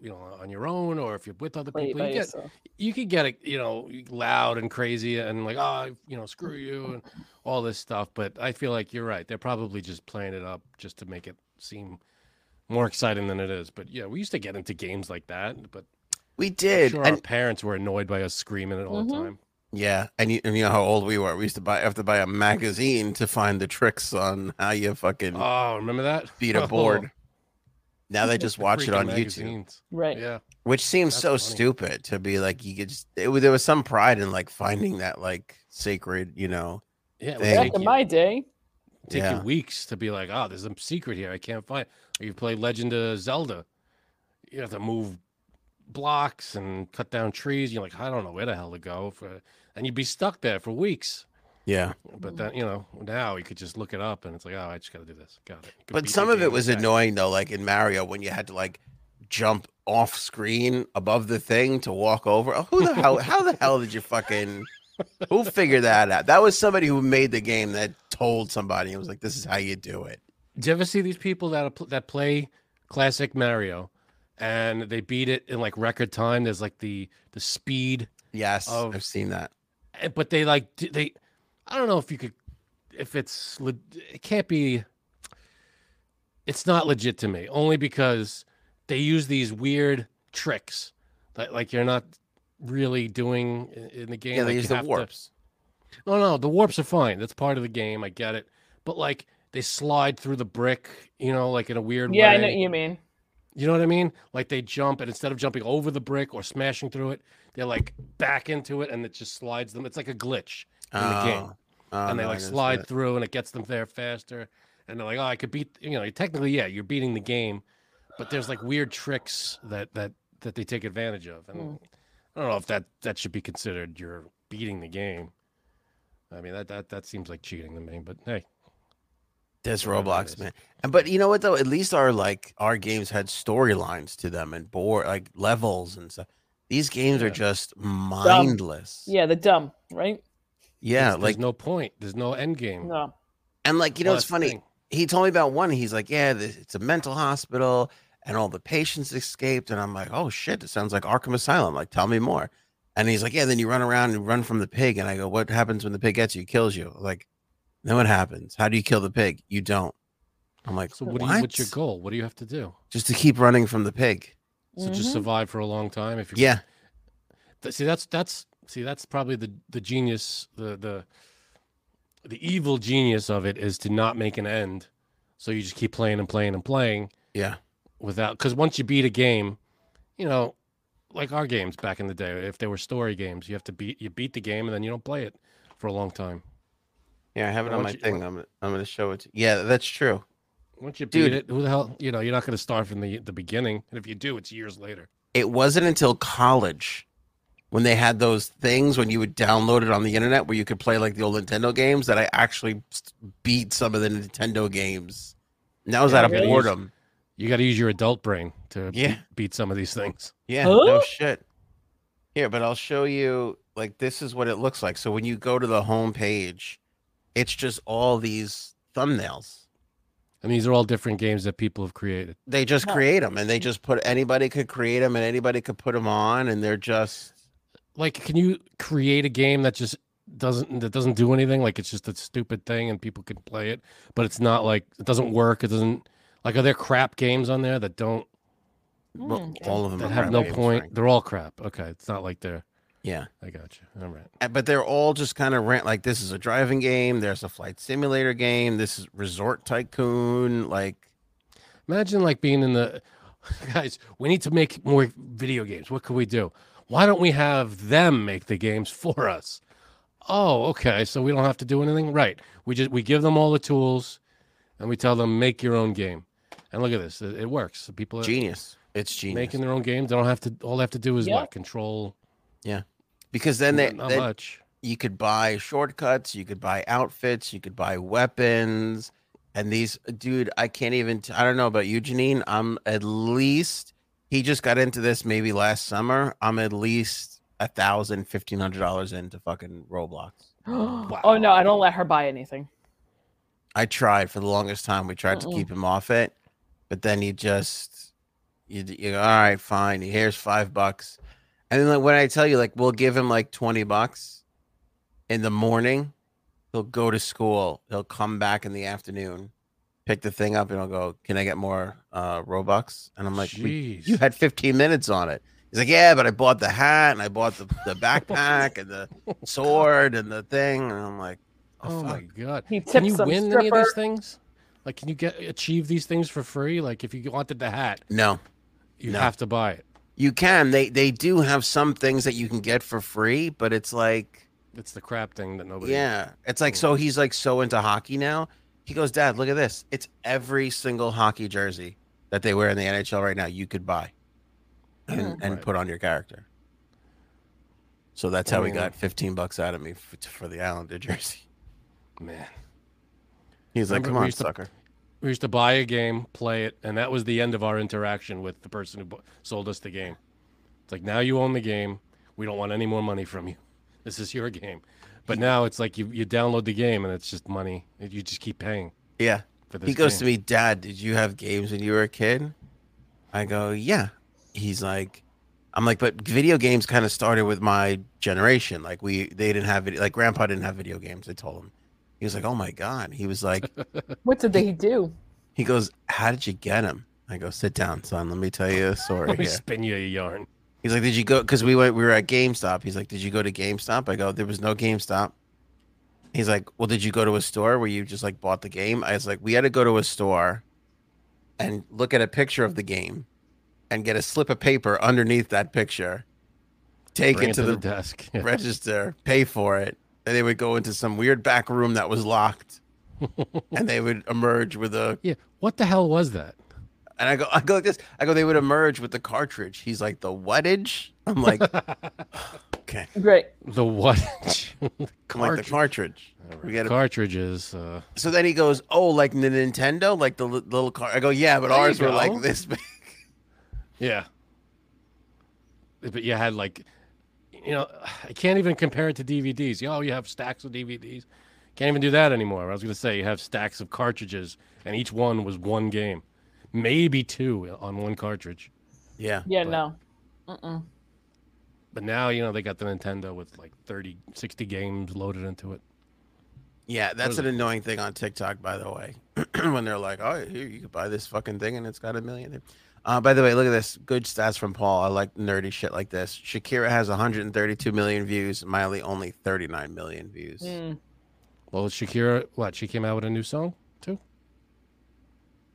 B: you know, on your own, or if you're with other
A: Play it
B: people,
A: by
B: you get
A: yourself.
B: you could get it, you know, loud and crazy and like, oh, you know, screw you and all this stuff. But I feel like you're right. They're probably just playing it up just to make it seem more exciting than it is. But yeah, we used to get into games like that. But
C: we
B: I'm
C: did.
B: sure
C: and
B: our parents were annoyed by us screaming it all the
A: Mhm.
B: time.
C: Yeah, and you, and you know how old we were. We used to buy have to buy a magazine to find the tricks on how you fucking
B: Oh, remember that?
C: beat a
B: Oh,
C: board. Now they just
B: the
C: watch it
B: freaking
C: on YouTube,
B: magazines.
A: Right.
B: Yeah.
C: which seems
B: That's
C: so
B: funny.
C: stupid to be like you could just. It, was- there was some pride in like finding that like sacred, you know.
B: Yeah. it would
C: Thank
A: Back
B: take
A: in
B: you-
A: my day.
B: take
C: Yeah.
B: you weeks to be like, oh, there's a secret here I can't find. Or you play Legend of Zelda, you have to move blocks and cut down trees. You're like, I don't know where the hell to go, for, and you'd be stuck there for weeks.
C: Yeah,
B: But then you know now you could just look it up and it's like, oh, I just got to do this. Got it. You could
C: but
B: beat the
C: some of
B: game
C: it was
B: like that.
C: annoying though. Like in Mario, when you had to like jump off screen above the thing to walk over. Oh, who the hell? How the hell did you fucking? Who figured that out? That was somebody who made the game that told somebody. It was like, this is how you do it.
B: Do you ever see these people that are pl- that play classic Mario, and they beat it in like record time? There's like the the speed
C: Yes,
B: Of-
C: I've seen that.
B: Eh, but they like d- they i don't know if you could if it's le- it can't be it's not legit to me only because they use these weird tricks that like you're not really doing in, in the game
C: Yeah,
B: like,
C: they
B: you
C: use the
B: have to-
C: warps.
B: no no the warps are fine that's part of the game i get it but like they slide through the brick you know like in a weird
A: Yeah,
B: way
A: I know what you mean.
B: you know what I mean? Like they jump, and instead of jumping over the brick or smashing through it, they're like back into it, and it just slides them. It's like a glitch in the game,
C: Oh, oh,
B: and they
C: no, I
B: like
C: didn't see
B: slide
C: that.
B: through, and it gets them there faster. And they're like, "Oh, I could beat." You know, technically, yeah, you're beating the game, but there's like weird tricks that that that they take advantage of, and I don't know if that that should be considered you're beating the game. I mean that that that seems like cheating to me. But hey,
C: That's
B: Whatever it
C: Roblox,
B: is.
C: man. And but you know what though? At least our like our games had storylines to them and board like levels and stuff. These games
B: Yeah.
C: are just mindless.
A: Yeah, the dumb, right?
C: Yeah,
B: there's,
C: like
B: there's no point. There's no end game.
A: No.
C: and like you know
B: Well,
C: it's
B: that's the
C: funny.
B: thing.
C: He told me about one. He's like, yeah, th- it's a mental hospital, and all the patients escaped. And I'm like, oh shit, it sounds like Arkham Asylum. Like, tell me more. And he's like, yeah. Then you run around and run from the pig. And I go, what happens when the pig gets you? Kills you. Like, then what happens? How do you kill the pig? You don't. I'm like,
B: So what, Do you, what's your goal? What do you have to do?
C: Just to keep running from the pig.
B: So just
A: Mhm.
B: survive for a long time. If you
C: Mm-hmm. Yeah,
B: Th- see that's that's see that's probably the the genius the the the evil genius of it is to not make an end. So you just keep playing and playing and playing
C: yeah,
B: without because once you beat a game, you know, like our games back in the day, if they were story games, you have to beat you beat the game and then you don't play it for a long time.
C: yeah. I have it
B: Why
C: on
B: don't
C: my
B: you-
C: thing.
B: why-
C: I'm I'm gonna show it. To, yeah, that's true.
B: Once you
C: Dude.
B: beat it, who the hell you know, you're not gonna start from the the beginning. And if you do, it's years later.
C: It wasn't until college when they had those things when you would download it on the internet where you could play like the old Nintendo games that I actually s- beat some of the Nintendo games. And that was
A: Yeah,
C: out of
A: really?
C: boredom.
B: You gotta use your adult brain to beat-
C: Yeah.
B: beat, some of these things.
C: Yeah,
A: Huh?
C: no shit. Here, but I'll show you like this is what it looks like. So when you go to the home page, it's just all these thumbnails.
B: And these are all different games that people have created.
C: They just
A: No.
C: create them and they just put anybody could create them and anybody could put them on and they're just
B: Like, can you create a game that just doesn't that doesn't do anything? Like it's just a stupid thing and people can play it, but it's not like it doesn't work. It doesn't like are there crap games on there that don't
C: Well,
A: Mm.
C: all of them
B: that
C: are
B: have
C: crap
B: no
C: games,
B: point?
C: Frank.
B: They're all crap. Okay, it's not like they're
C: Yeah,
B: I got you. All right.
C: Uh, but they're all just kind of rant like this is a driving game. There's a flight simulator game. This is Resort Tycoon. Like
B: Imagine like being in the guys. We need to make more video games. What can we do? Why don't we have them make the games for us? Oh, okay. So we don't have to do anything, right? We just we give them all the tools, and we tell them make your own game. And look at this, it, it works. People are
C: genius. It's genius.
B: making their own games. They don't have to. All they have to do is
A: Yeah.
B: what control.
C: because then they,
B: not
C: then
B: much.
C: you could buy shortcuts. You could buy outfits. You could buy weapons. And these dude, I can't even. T- I don't know about you, Janine. I'm at least. He just got into this maybe last summer. I'm at least a thousand, fifteen hundred dollars into fucking Roblox.
A: Oh no, I don't let her buy anything.
C: I tried for the longest time. We tried
A: Mm-mm.
C: to keep him off it, but then he just, you, d- you go, all right, fine. Here's five bucks, and then like when I tell you, like we'll give him like twenty bucks in the morning. He'll go to school. He'll come back in the afternoon, pick the thing up, and he'll go. Can I get more uh, Robux? And I'm like, "We-
B: Jeez.
C: you had fifteen minutes on it. He's like, yeah, but I bought the hat and I bought the, the backpack and the sword and the thing, and I'm like, "The
B: oh my
C: fuck?"
B: god.
A: He
B: Can you
A: tips some
B: win any of these
A: stripper.
B: things? Like, can you get achieve these things for free? Like, if you wanted the hat,
C: no.
B: you
C: No.
B: have to buy it.
C: You can. They they do have some things that you can get for free, but it's like
B: It's the crap thing that nobody.
C: yeah, it's like
B: Yeah.
C: so he's like so into hockey now. He goes, "Dad, look at this. It's every single hockey jersey that they wear in the NHL right now you could buy and
A: Mm.
C: and
B: Right.
C: put on your character." So that's how he
B: Mm.
C: got 15 bucks out of me for, for the Islander jersey.
B: man.
C: He's like,
B: Remember
C: "Come
B: we
C: on,
B: used to-
C: sucker."
B: We used to buy a game, play it, and that was the end of our interaction with the person who bu- sold us the game. It's like now you own the game. We don't want any more money from you. This is your game. But now it's like you, you download the game and it's just money. You just keep paying
C: Yeah.
B: for this.
C: he goes to
B: game.
C: me, Dad, did you have games when you were a kid? I go, Yeah. He's like, I'm like, but video games kind of started with my generation. Like we, they didn't have it. Like Grandpa didn't have video games. I told him. He was like, Oh my god. He was like,
A: What did they do?
C: He goes, How did you get him? I go, Sit down, son. Let me tell you a story
B: Let me
C: here.
B: spin you a yarn.
C: He's like, Did you go? Because we went, we were at GameStop. He's like, Did you go to GameStop? I go, There was no GameStop. He's like, Well, did you go to a store where you just like bought the game? I was like, We had to go to a store and look at a picture of the game and get a slip of paper underneath that picture, take
B: Bring
C: it to the,
B: desk. Yeah.
C: register, pay for it. And they would go into some weird back room that was locked and they would emerge with a
B: Yeah. What the hell was that?
C: And I go, I go like this. I go, they would emerge with the cartridge. He's like, the whattage? I'm like, okay.
A: Great.
B: The what?
C: I'm like, the cartridge. We get it.
B: Cartridges. Uh,
C: So then he goes, oh, like the Nintendo, like the li- little car. I go, yeah, but
B: There you
C: ours were
B: go.
C: like this big.
B: yeah. But you had like, you know, I can't even compare it to DVDs. You know, you have stacks of DVDs. Can't even do that anymore. I was gonna say you have stacks of cartridges, and each one was one game, maybe two on one cartridge.
C: Yeah.
A: Yeah,
B: But-
A: no. Mm-mm.
B: But now you know they got the Nintendo with like 30, 60 games loaded into it.
C: Yeah, that's
B: is
C: an
B: it?
C: annoying thing on TikTok, by the way. when they're like, "Oh, here you can buy this fucking thing, and it's got a million. Uh, by the way, look at this. Good stats from Paul. I like nerdy shit like this. Shakira has 132 million views. Miley only 39 million views.
B: Hmm.
A: Mm.
B: Well, Shakira, what she came out with a new song too.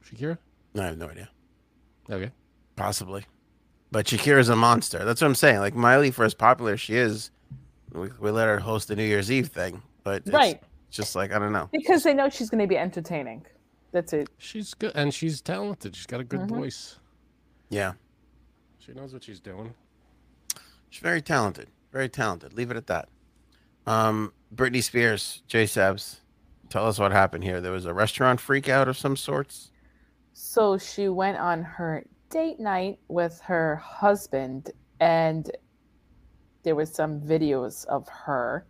B: Shakira,
C: I have no idea.
B: okay.
C: Possibly, but Shakira's a monster. That's what I'm saying. Like Miley, for as popular as she is, we, we let her host the New Year's Eve thing, but it's
A: Right.
C: just like I don't know.
A: Because they know she's going to be entertaining. That's it.
B: She's good, and she's talented. She's got a good
A: Mhm.
B: voice.
C: Yeah,
B: She knows what she's doing.
C: she's very talented. Very talented. Leave it at that. Um, Britney Spears, J. Sabs, tell us what happened here. There was a restaurant freak out of some sorts.
A: So she went on her date night with her husband, and there was some videos of her.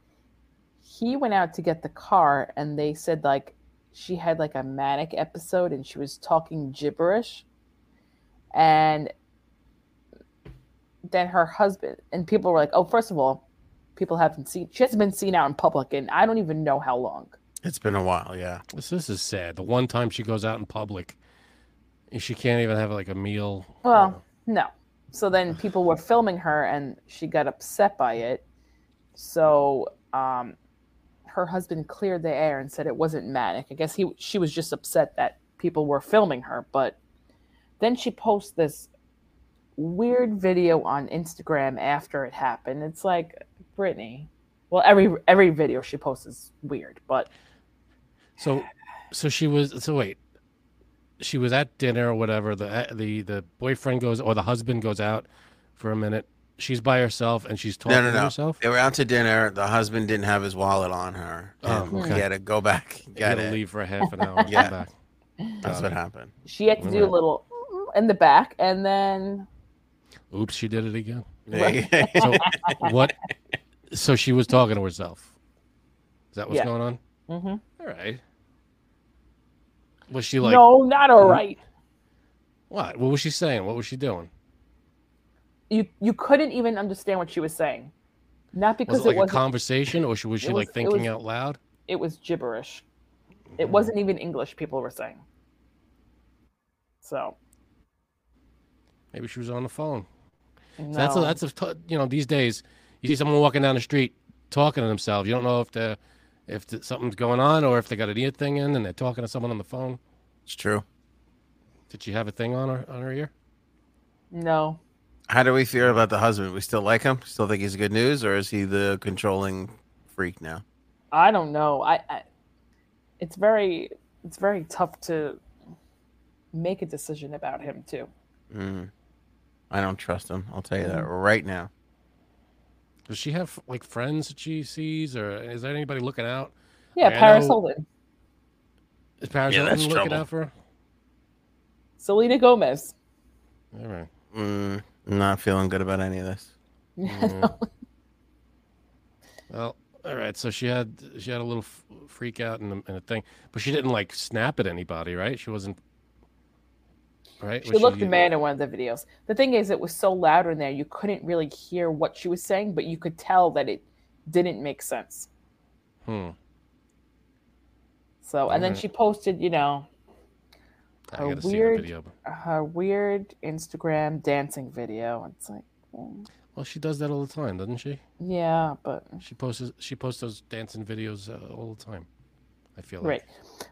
A: He went out to get the car, and they said like she had like a manic episode, and she was talking gibberish, and then her husband and people were like, "Oh, first of all, people haven't seen she hasn't been seen out in public, and I don't even know how long."
C: It's been a while, yeah.
B: This this is sad. The one time she goes out in public, she can't even have like a meal. Oh.
A: Well, no. So then people were filming her and she got upset by it. So um, her husband cleared the air and said it wasn't manic. I guess he she was just upset that people were filming her, but then she posts this weird video on Instagram after it happened. It's like Brittany. Well, every every video she posts is weird, but
B: So, so she was. So wait, she was at dinner or whatever. The uh, the the boyfriend goes or the husband goes out for a minute. She's by herself and she's talking
C: No, no,
B: to
C: no.
B: herself.
C: They were out to dinner. The husband didn't have his wallet on her.
B: Oh,
C: and
B: okay.
C: He had to go back.
B: You
C: Get
B: gotta
C: it.
B: leave for a half an hour. and come
C: Yeah.
B: back.
C: That's
B: Got
C: what
B: it.
C: happened.
A: she had to do a
B: Alright.
A: little in the back and then
B: Oops, she did it again.
C: Yeah.
B: So what? So she was talking to herself. Is that what's
A: Yeah.
B: going on?
A: Mhm.
B: All right. Was she like
A: no, not all right.
B: what? What was she saying? What was she doing?
A: you you couldn't even understand what she was saying not because
B: Was it
A: it,
B: like a
A: was not
B: conversation, or she was she
A: it
B: like
A: was- it
B: thinking
A: was-
B: out loud?
A: it was gibberish it
B: Mm.
A: wasn't even english people were saying so
B: Maybe she was on the phone.
A: no.
B: So that's a, that's a t- you know these days you see someone walking down the street talking to themselves. You don't know if they if th- something's going on or if they got an ear thing in and they're talking to someone on the phone.
C: it's true.
B: Did she have a thing on her on her ear?
A: no
C: How do we feel about the husband? We still like him? Still think he's good news, or is he the controlling freak now?
A: i don't know I, I it's very it's very tough to make a decision about him too
C: Mm. I don't trust him. I'll tell you that right now.
B: Does she have like friends that she sees, or is there anybody looking out?
A: yeah
B: Yeah, I
A: paris
B: know.
A: hilton
B: Is Paris
C: Yeah,
B: Hilton
C: that's
B: looking
C: trouble.
B: out for her?
A: selena gomez
B: All right.
C: Mm, not feeling good about any of this.
B: Well, all right. So she had she had a little f- freak out and a, and a thing, but she didn't like snap at anybody, right? She wasn't. Right.
A: she
B: Was
A: looked mad in one of the videos the thing is it was so loud in there you couldn't really hear what she was saying but you could tell that it didn't make sense
B: Hmm.
A: So, and then
B: Alright.
A: she posted, you know,
B: I
A: A
B: gotta see the
A: weird-
B: video. but-
A: her weird Instagram dancing video. It's like, mm,
B: Well, she does that all the time, doesn't she?
A: yeah, but
B: She posts she posts those dancing videos uh, all the time. I feel like.
A: right.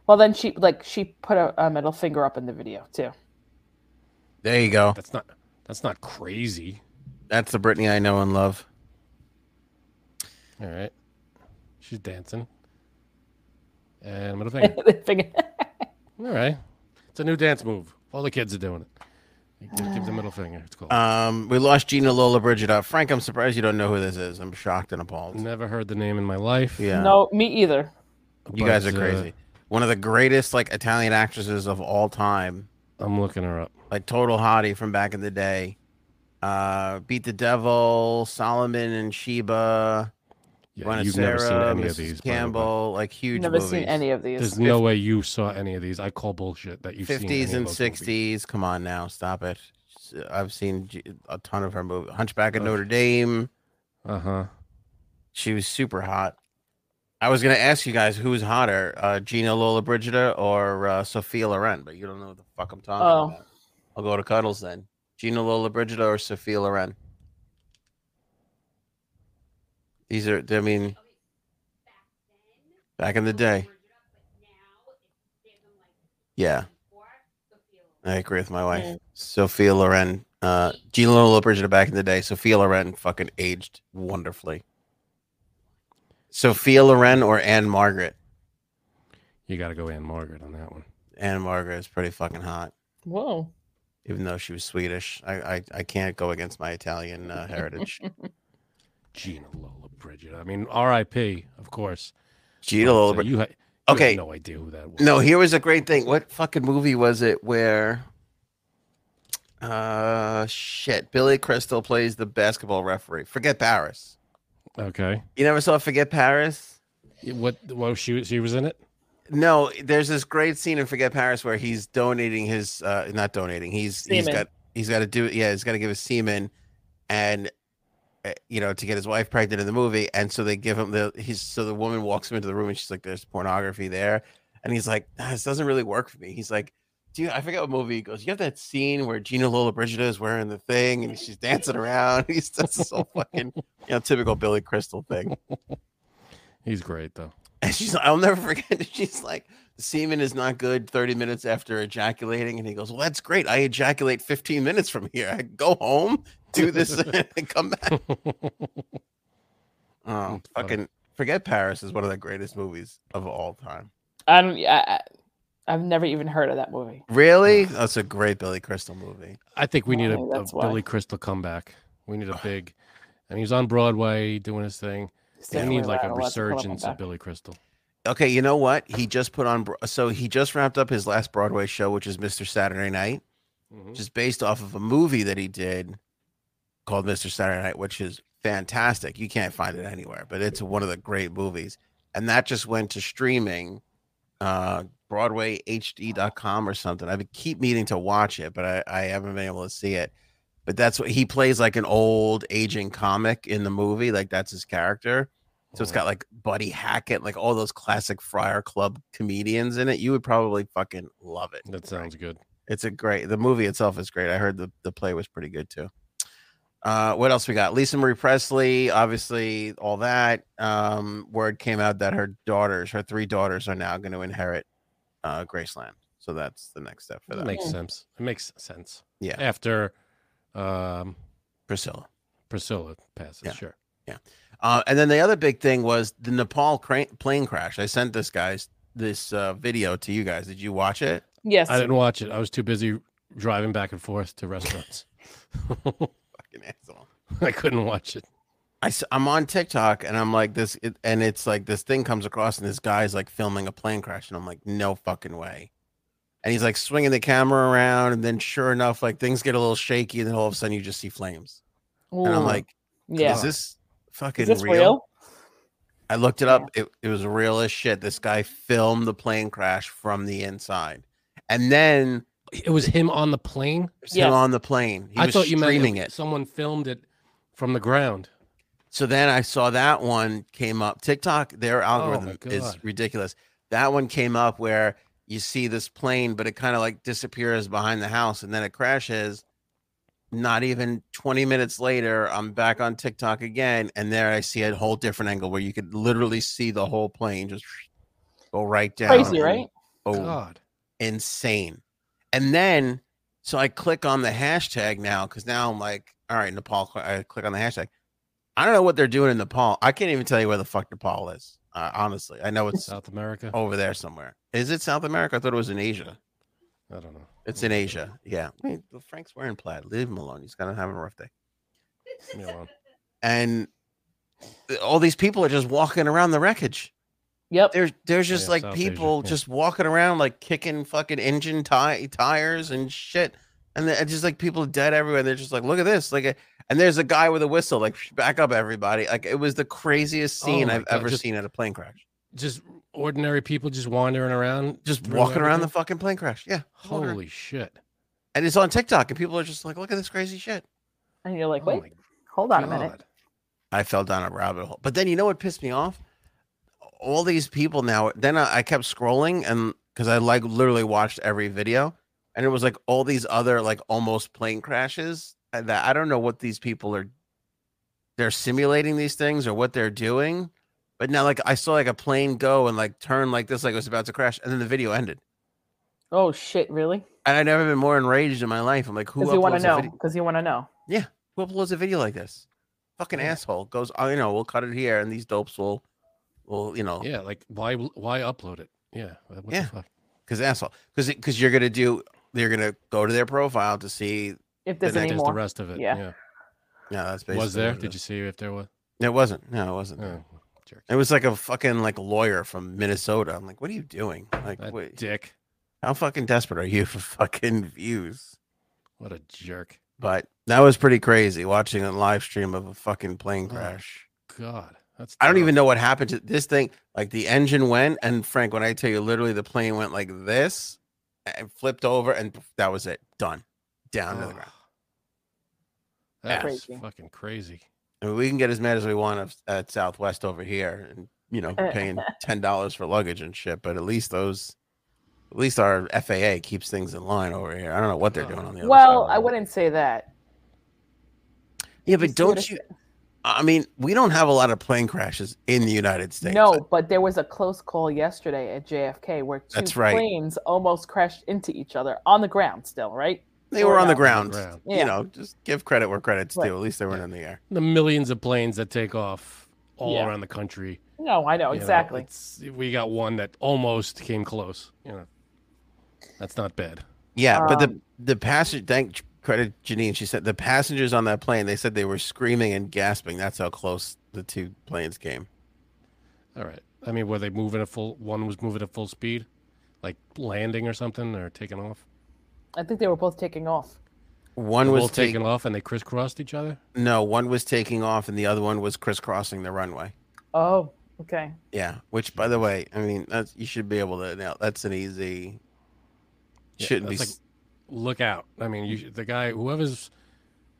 A: Well, then she like she put a, a middle finger up in the video too.
C: There you go.
B: That's not that's not crazy.
C: That's the Britney I know and love.
B: All right. She's dancing. And middle finger.
A: The finger-
B: all right. It's a new dance move. All the kids are doing it. You Give, give the middle finger. It's cool.
C: Um, we lost Gina Lola Brigida. Frank, I'm surprised you don't know who this is. I'm shocked and appalled.
B: Never heard the name in my life.
C: Yeah.
A: No, me either.
C: You guys are
B: but, uh,
C: crazy. One of the greatest like Italian actresses of all time,
B: I'm looking her up.
C: like total hottie from back in the day. Uh, Beat the Devil, Solomon and Sheba,
B: Yeah,
C: Buenos
B: you've never seen
C: Aires,
B: any
C: Mrs.
B: of these. by the way.
C: Campbell, like huge
A: Never
C: movies.
A: seen any of these.
B: There's no way you saw any of these. I call bullshit that you've seen. any
C: 50s
B: of
C: and
B: those movies.
C: 60s. Come on now, stop it. I've seen G- a ton of her movies. Hunchback of Notre Dame.
B: Uh huh.
C: She was super hot. I was gonna ask you guys who's hotter, uh, Gina Lola Brigida or uh, Sophia Loren, but you don't know what the fuck I'm talking
A: Oh.
C: about. I'll go to Cuddles then. Gina Lola Brigida or Sophia Loren. These are, I mean, back in the day. Yeah, I agree with my wife. Sophia Loren, uh, Gina Lola Brigida back in the day. Sophia Loren fucking aged wonderfully. Sophia Loren or Anne Margaret.
B: You got to go Anne Margaret on that one.
C: Anne Margaret is pretty fucking hot,
A: Whoa.
C: even though she was Swedish. I I, I can't go against my Italian uh, heritage.
B: Gina Lola Bridget. I mean, R.I.P. Of course.
C: Gina Lola.
B: So
C: Bri-
B: you ha- you
C: Okay.
B: Had no idea who that was.
C: No, here was a great thing. What fucking movie was it where? Uh, shit. Billy Crystal plays the basketball referee. Forget Paris.
B: Okay.
C: You never saw Forget Paris?
B: Yeah, What? Well, she she was in it.
C: No, there's this great scene in Forget Paris where he's donating his uh not donating. He's he's
A: Semen.
C: got he's got to do yeah, he's got to give his semen and uh, you know, to get his wife pregnant in the movie and so they give him the he's so the woman walks him into the room and she's like there's pornography there and he's like "Ah, this doesn't really work for me. He's like Dude, I forget what movie he goes. You have that scene where Gina Lola Brigida is wearing the thing and she's dancing around. He's that's this whole fucking, you know, typical Billy Crystal thing.
B: He's great though.
C: And she's like, I'll never forget. She's like, the semen is not good 30 minutes after ejaculating. And he goes, Well, that's great. I ejaculate 15 minutes from here. I go home, do this, and come back. Oh,
B: That's funny.
C: fucking forget Paris is one of the greatest movies of all time.
A: I don't. I, I, I've never even heard of that movie.
C: Really? That's a great Billy Crystal movie.
B: I think we need a,
A: Oh,
B: a
A: that's why.
B: Billy Crystal comeback. We need a big. And he's on Broadway doing his thing.
A: It's
B: We
A: definitely
B: need like
A: right.
B: a
A: I'll have to pull it up on
B: resurgence of
A: back.
B: Billy Crystal.
C: Okay, you know what? He just put on, Bro- so he just wrapped up his last Broadway show, which is Mr. Saturday Night.
B: Mhm.
C: just based off of a movie that he did called Mr. Saturday Night, which is fantastic. You can't find it anywhere, but it's one of the great movies. And that just went to streaming, uh, BroadwayHD.com or something. I would keep meaning to watch it, but I, I haven't been able to see it. But that's what he plays like an old aging comic in the movie. Like that's his character. So it's got like Buddy Hackett, like all those classic Friar Club comedians in it. You would probably fucking love it.
B: That sounds good.
C: It's a great. The movie itself is great. I heard the the play was pretty good too. Uh, what else we got? Lisa Marie Presley, obviously, all that. Um, word came out that her daughters, her three daughters, are now going to inherit uh, Graceland. So that's the next step for
B: That
C: that.
B: makes sense. It makes sense.
C: Yeah.
B: After, um,
C: Priscilla.
B: Priscilla passes.
C: Yeah.
B: Sure.
C: Uh, and then the other big thing was the Nepal cra- plane crash. I sent this guys this uh, video to you guys. Did you watch it?
A: Yes.
B: I didn't watch it. I was too busy driving back and forth to restaurants.
C: Fucking asshole.
B: I couldn't watch it.
C: I, am on TikTok and I'm like this, it, and it's like this thing comes across, and this guy's like filming a plane crash, and I'm like, no fucking way. And he's like swinging the camera around, and then sure enough, like things get a little shaky, and then all of a sudden you just see flames, and I'm
A: Ooh,
C: like,
A: yeah.
C: is this fucking
A: Is this real?
C: real? I looked it up. It, it was real as shit. This guy filmed the plane crash from the inside, and then
B: It was him on the plane.
C: it was him
A: Yes.
C: on the plane. He
B: I
C: was
B: thought you
C: streaming
B: meant
C: it.
B: if someone filmed it from the ground.
C: So then I saw that one came up. TikTok, their algorithm is
B: God.
C: ridiculous. That one came up where you see this plane, but it kind of like disappears behind the house and then it crashes. Not even 20 minutes later, I'm back on TikTok again. And there I see a whole different angle where you could literally see the whole plane just go right down.
A: Crazy,
C: and
A: right?
C: boom
B: God.
C: insane. And then, so I click on the hashtag now because now I'm like, all right, Nepal. I click on the hashtag. I don't know what they're doing in Nepal. I can't even tell you where the fuck Nepal is. Uh, honestly, I know it's
B: Oh,
C: Oh.
B: South America.
C: over there somewhere. Is it South America? I thought it was in Asia.
B: I don't know.
C: It's in Asia. Yeah. Hey, Frank's wearing plaid. Leave him alone. He's gonna have a rough day.
B: Leave me alone.
C: And uh, all these people are just walking around the wreckage.
A: Yep.
C: There's there's just
B: Yeah,
C: like
B: South Asia,
C: people
B: yeah.
C: just walking around like kicking fucking engine ti- tires and shit. And then and just like people dead everywhere. They're just like, look at this. Like a, and there's a guy with a whistle, like back up everybody. Like it was the craziest
B: Oh
C: scene
B: my
C: I've
B: God,
C: ever
B: just-
C: seen at a plane crash.
B: Just ordinary people just wandering around,
C: Just
B: through
C: walking around the
B: everything?
C: fucking plane crash. Yeah. just walking around.
B: Holy shit!
C: And it's on TikTok and people are just like, look at this crazy shit.
A: And you're like,
B: Oh
A: wait,
B: my
A: hold on a minute.
B: God.
C: I fell down a rabbit hole. But then you know what pissed me off? All these people now. Then I, I kept scrolling and because I like literally watched every video, and it was like all these other like almost plane crashes and that I don't know what these people are. They're simulating these things or what they're doing, but now like I saw like a plane go and like turn like this like it was about to crash, and then the video ended.
A: Oh shit, really?
C: And I've never been more enraged in my life. I'm like, who
A: Because you want
C: uploads
A: to
C: a
A: know.
C: video-
A: Because you want to know.
C: who uploads a video like this? Fucking asshole goes, oh, you know, we'll cut it here, and these dopes will, will, you know,
B: Yeah, like why w- why upload it? Yeah, what the
C: Yeah.
B: fuck?
C: because asshole, because because you're gonna do, you're gonna go to their profile to see.
A: If there's
C: that
A: any
B: There's the
A: more.
B: rest of it.
A: Yeah.
B: Yeah,
C: No, that's basically
B: was there?
C: what it
B: Did you
C: is.
B: see if there was?
C: It wasn't. No, it wasn't.
B: Oh, jerk.
C: It was like a fucking like lawyer from Minnesota. I'm like, what are you doing? Like,
B: That
C: wait,
B: dick.
C: how fucking desperate are you for fucking views?
B: What a jerk.
C: But that was pretty crazy watching a live stream of a fucking plane
B: Oh.
C: crash.
B: God, that's.
C: I don't even
B: terrible.
C: know what happened to this thing. Like the engine went, and Frank, when I tell you, literally the plane went like this and flipped over, and that was it. Done. Down to the
B: Ugh.
C: ground.
B: That
A: Yeah.
B: is
A: Crazy.
B: fucking crazy.
C: I mean, we can get as mad as we want of- at Southwest over here, and you know,
A: Eh.
C: paying ten dollars for luggage and shit. But at least those, at least our FAA keeps things in line over here. I don't know what they're doing on the other side
A: Well,
C: of the
A: I
C: world.
A: wouldn't say that.
C: Yeah,
A: you see
C: but
A: what
C: don't
A: I
C: you? I mean, we don't have a lot of plane crashes in the United States.
A: No, but there was a close call yesterday at JFK where two
C: That's right.
A: planes almost crashed into each other on the ground. Still, right?
C: they were on the
A: no.
C: ground.
B: ground.
A: Yeah.
C: You know, just give credit where credit's
A: Right.
C: due. At least they weren't in the air.
B: The millions of planes that take off all
A: Yeah.
B: around the country.
A: No, I know
B: you know,
A: exactly.
B: it's- we got one that almost came close. You know, that's not bad.
C: Yeah, but the the passenger thank credit Janine. She said the passengers on that plane. They said they were screaming and gasping. That's how close the two planes came.
B: All right. I mean, were they moving at full? One was moving at full speed, like landing or something, or taking off.
A: I think they were both taking off.
C: One
B: They
C: was
B: both taking
C: taking
B: off, and they crisscrossed each other.
C: no, one was taking off, and the other one was crisscrossing the runway.
A: Oh, okay.
C: Yeah, which by the way, I mean that's you should be able to. Now that's an easy.
B: Yeah,
C: shouldn't be.
B: that's
C: s- Mm.
B: like, look out. I mean, you, should- the guy, whoever's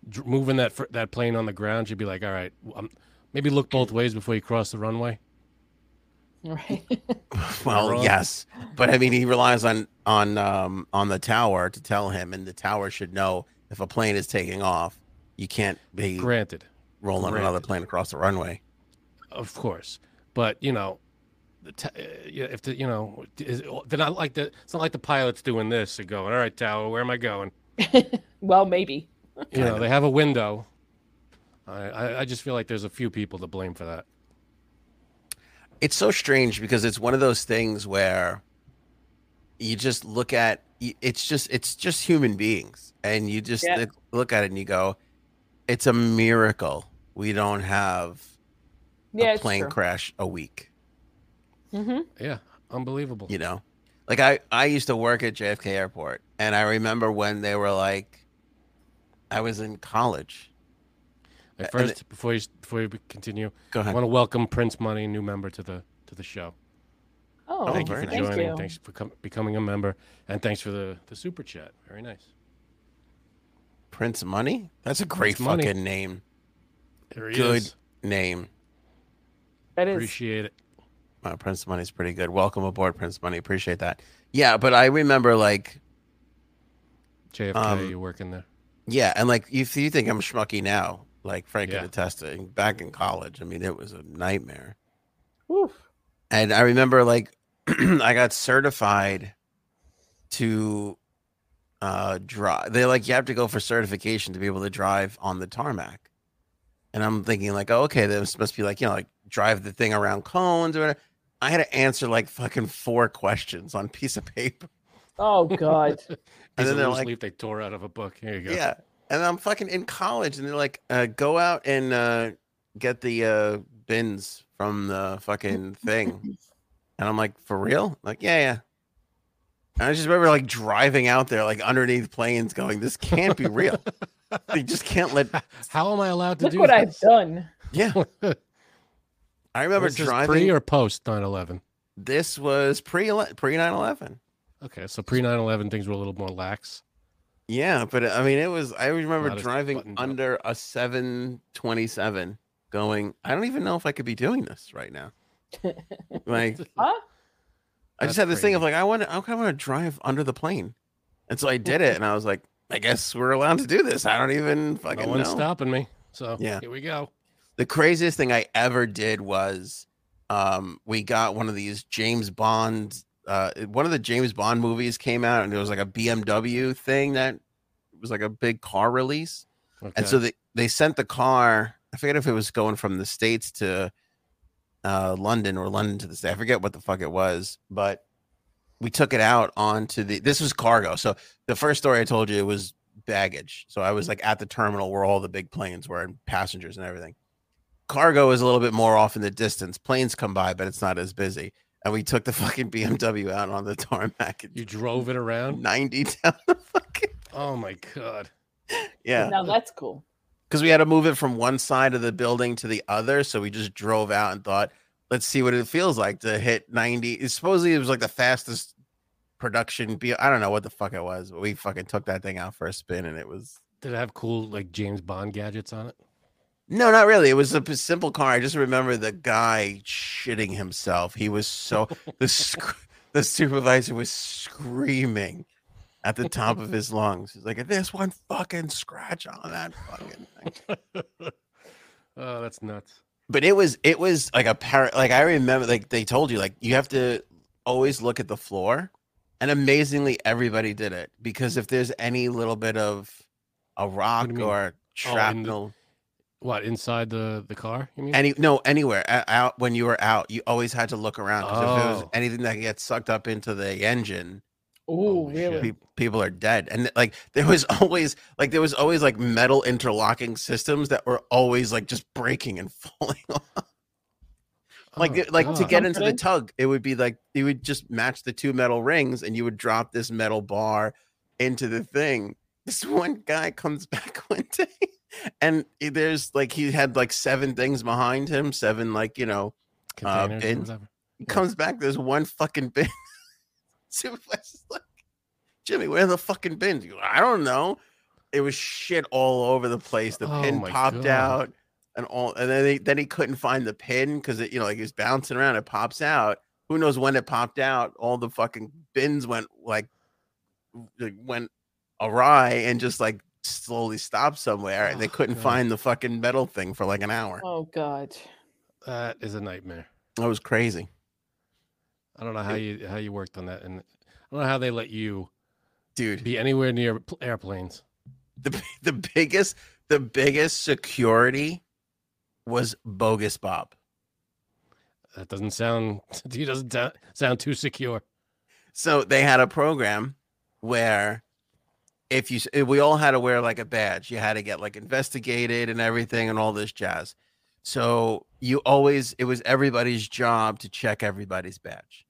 B: dr- moving that fr- that plane on the ground, should be like, all right, um, maybe look both ways before you cross the runway.
A: Right.
C: well,
B: wrong.
C: yes, but I mean he relies on on um on the tower to tell him, and the tower should know if a plane is taking off. You can't be
B: Granted,
C: rolling
B: Correct.
C: another plane across the runway.
B: of course, but you know, the t- uh, yeah, if the, you know, is, oh, they're not like the. It's not like the pilots doing this and going, all right, tower, where am I going?
A: well, maybe.
B: You
C: Kinda.
B: know, they have a window. I, I I just feel like there's a few people to blame for that.
C: It's so strange because it's one of those things where you just look at y- it's just it's just human beings and you just
A: Yeah.
C: look- look at it and you go it's a miracle we don't have
A: Yeah,
C: a
A: it's
C: plane
A: true.
C: crash a week,
A: hmm
B: Yeah, unbelievable.
C: you know? Like I I used to work at JFK airport and I remember when they were like I was in college.
B: At
C: and
B: first, before you s- before you continue,
C: Go
B: I
C: ahead.
B: want to welcome Prince Money, new member to the to the show.
A: Oh,
B: thank you for
C: very
A: thank
B: joining.
A: you.
B: Thanks for com- becoming a member, and thanks for the the super chat. Very nice.
C: Prince Money? That's a great
B: Prince Money.
C: fucking name.
B: There he
C: Good
B: is.
C: name.
A: That is
B: Appreciate it.
C: Wow, Uh, Prince Money's pretty good. Welcome aboard, Prince Money. Appreciate that. Yeah, but I remember like
B: JFK,
C: Um,
B: you working there?
C: yeah, and like if you think I'm schmucky now, like Frank
B: Yeah.
C: can attest to it, back in college. I mean, it was a nightmare.
A: Oof.
C: And I remember like I got certified to uh drive. They like you have to go for certification to be able to drive on the tarmac. And I'm thinking like, oh, okay, this must be like, you know, like drive the thing around cones or whatever. I had to answer like fucking four questions on a piece of paper.
A: Oh God.
B: Piece of
C: they're
B: loose
C: like-
B: leaf they tore out of a book. Here you go.
C: Yeah. And I'm fucking in college and they're like, uh, go out and uh, get the uh, bins from the fucking thing. And I'm like, for real? Like, yeah, yeah. And I just remember like driving out there, like underneath planes, going, this can't be real. they just can't let.
B: How am I allowed to
A: Look
B: do
A: what I've
B: this?
A: done.
C: Yeah. I remember
B: Was this
C: driving.
B: pre or post 9/11?
C: This was pre pre 9 11.
B: Okay, so pre 9/11 things were a little more lax.
C: Yeah, but uh, I mean, it was. I remember
B: Not as
C: driving
B: buttoned up.
C: under a 727 going, I don't even know if I could be doing this right now. like,
A: Huh?
C: I just
B: That's
C: had this thing of
B: crazy.
C: like, I want to, I kind of want to drive under the plane. And so I did it. And I was like, I guess we're allowed to do this. I don't even fucking
B: no one's
C: know.
B: stopping me. So
C: Yeah.
B: here we go.
C: The craziest thing I ever did was um, we got one of these James Bond, uh, one of the James Bond movies came out and it was like a BMW thing that was like a big car release.
B: Okay.
C: And so they, they sent the car. I forget if it was going from the States to uh, London or London to the States. I forget what the fuck it was, but we took it out onto the. This was cargo. So the first story I told you was baggage. So I was like at the terminal where all the big planes were and passengers and everything. Cargo is a little bit more off in the distance. Planes come by, but it's not as busy. And we took the fucking BMW out on the tarmac
B: you
C: and
B: drove it around.
C: 90 down the fucking.
B: Oh my god.
C: Yeah.
A: Now that's cool.
C: because we had to move it from one side of the building to the other. So we just drove out and thought, let's see what it feels like to hit 90. It's Supposedly, it was like the fastest production. Be- I don't know what the fuck it was, but we fucking took that thing out for a spin and it was.
B: Did it have cool like James Bond gadgets on it?
C: No, not really. It was a p- simple car. I just remember the guy shitting himself. He was so the sc- the supervisor was screaming at the top of his lungs. He's like, "This one fucking scratch on that fucking thing."
B: oh, that's nuts.
C: but it was it was like a par like i remember like they told you like you have to always look at the floor and amazingly everybody did it because if there's any little bit of a rock
B: mean? Oh,
C: or shrapnel
B: What inside the the car? You mean?
C: any no anywhere a- out when you were out you always had to look around 'cause if there was
B: Oh.
C: anything that gets sucked up into the engine
A: Oh,
B: Holy
A: really?
B: shit.
C: pe- people are dead and like there was always like there was always like metal interlocking systems that were always like just breaking and falling off like
B: Oh,
C: it- like to
B: God.
C: get into the
A: Okay.
C: tug it would be like you would just match the two metal rings and you would drop this metal bar into the thing this one guy comes back one day and i- there's like he had like seven things behind him seven like you know uh,
B: Containers or
C: bin.
B: whatever.
C: he comes back there's one fucking bin supervisor's like jimmy where are the fucking bins He goes, i don't know it was shit all over the place the
B: Oh
C: pin
B: my
C: popped
B: God.
C: out and all and then they, then he couldn't find the pin because it you know like he was bouncing around it pops out who knows when it popped out all the fucking bins went like w- like, went awry and just like slowly stopped somewhere and they
B: Oh,
C: couldn't
B: God.
C: find the fucking metal thing for like an hour
A: Oh God.
B: That is a nightmare.
C: that was crazy
B: I don't know how you how you worked on that, and I don't know how they let you
C: dude
B: be anywhere near pl- airplanes.
C: the b- the biggest the biggest security was bogus Bob.
B: That doesn't sound. He doesn't ta- sound too secure.
C: So they had a program where if you s- we all had to wear like a badge, you had to get like investigated and everything and all this jazz. So you always it was everybody's job to check everybody's badge.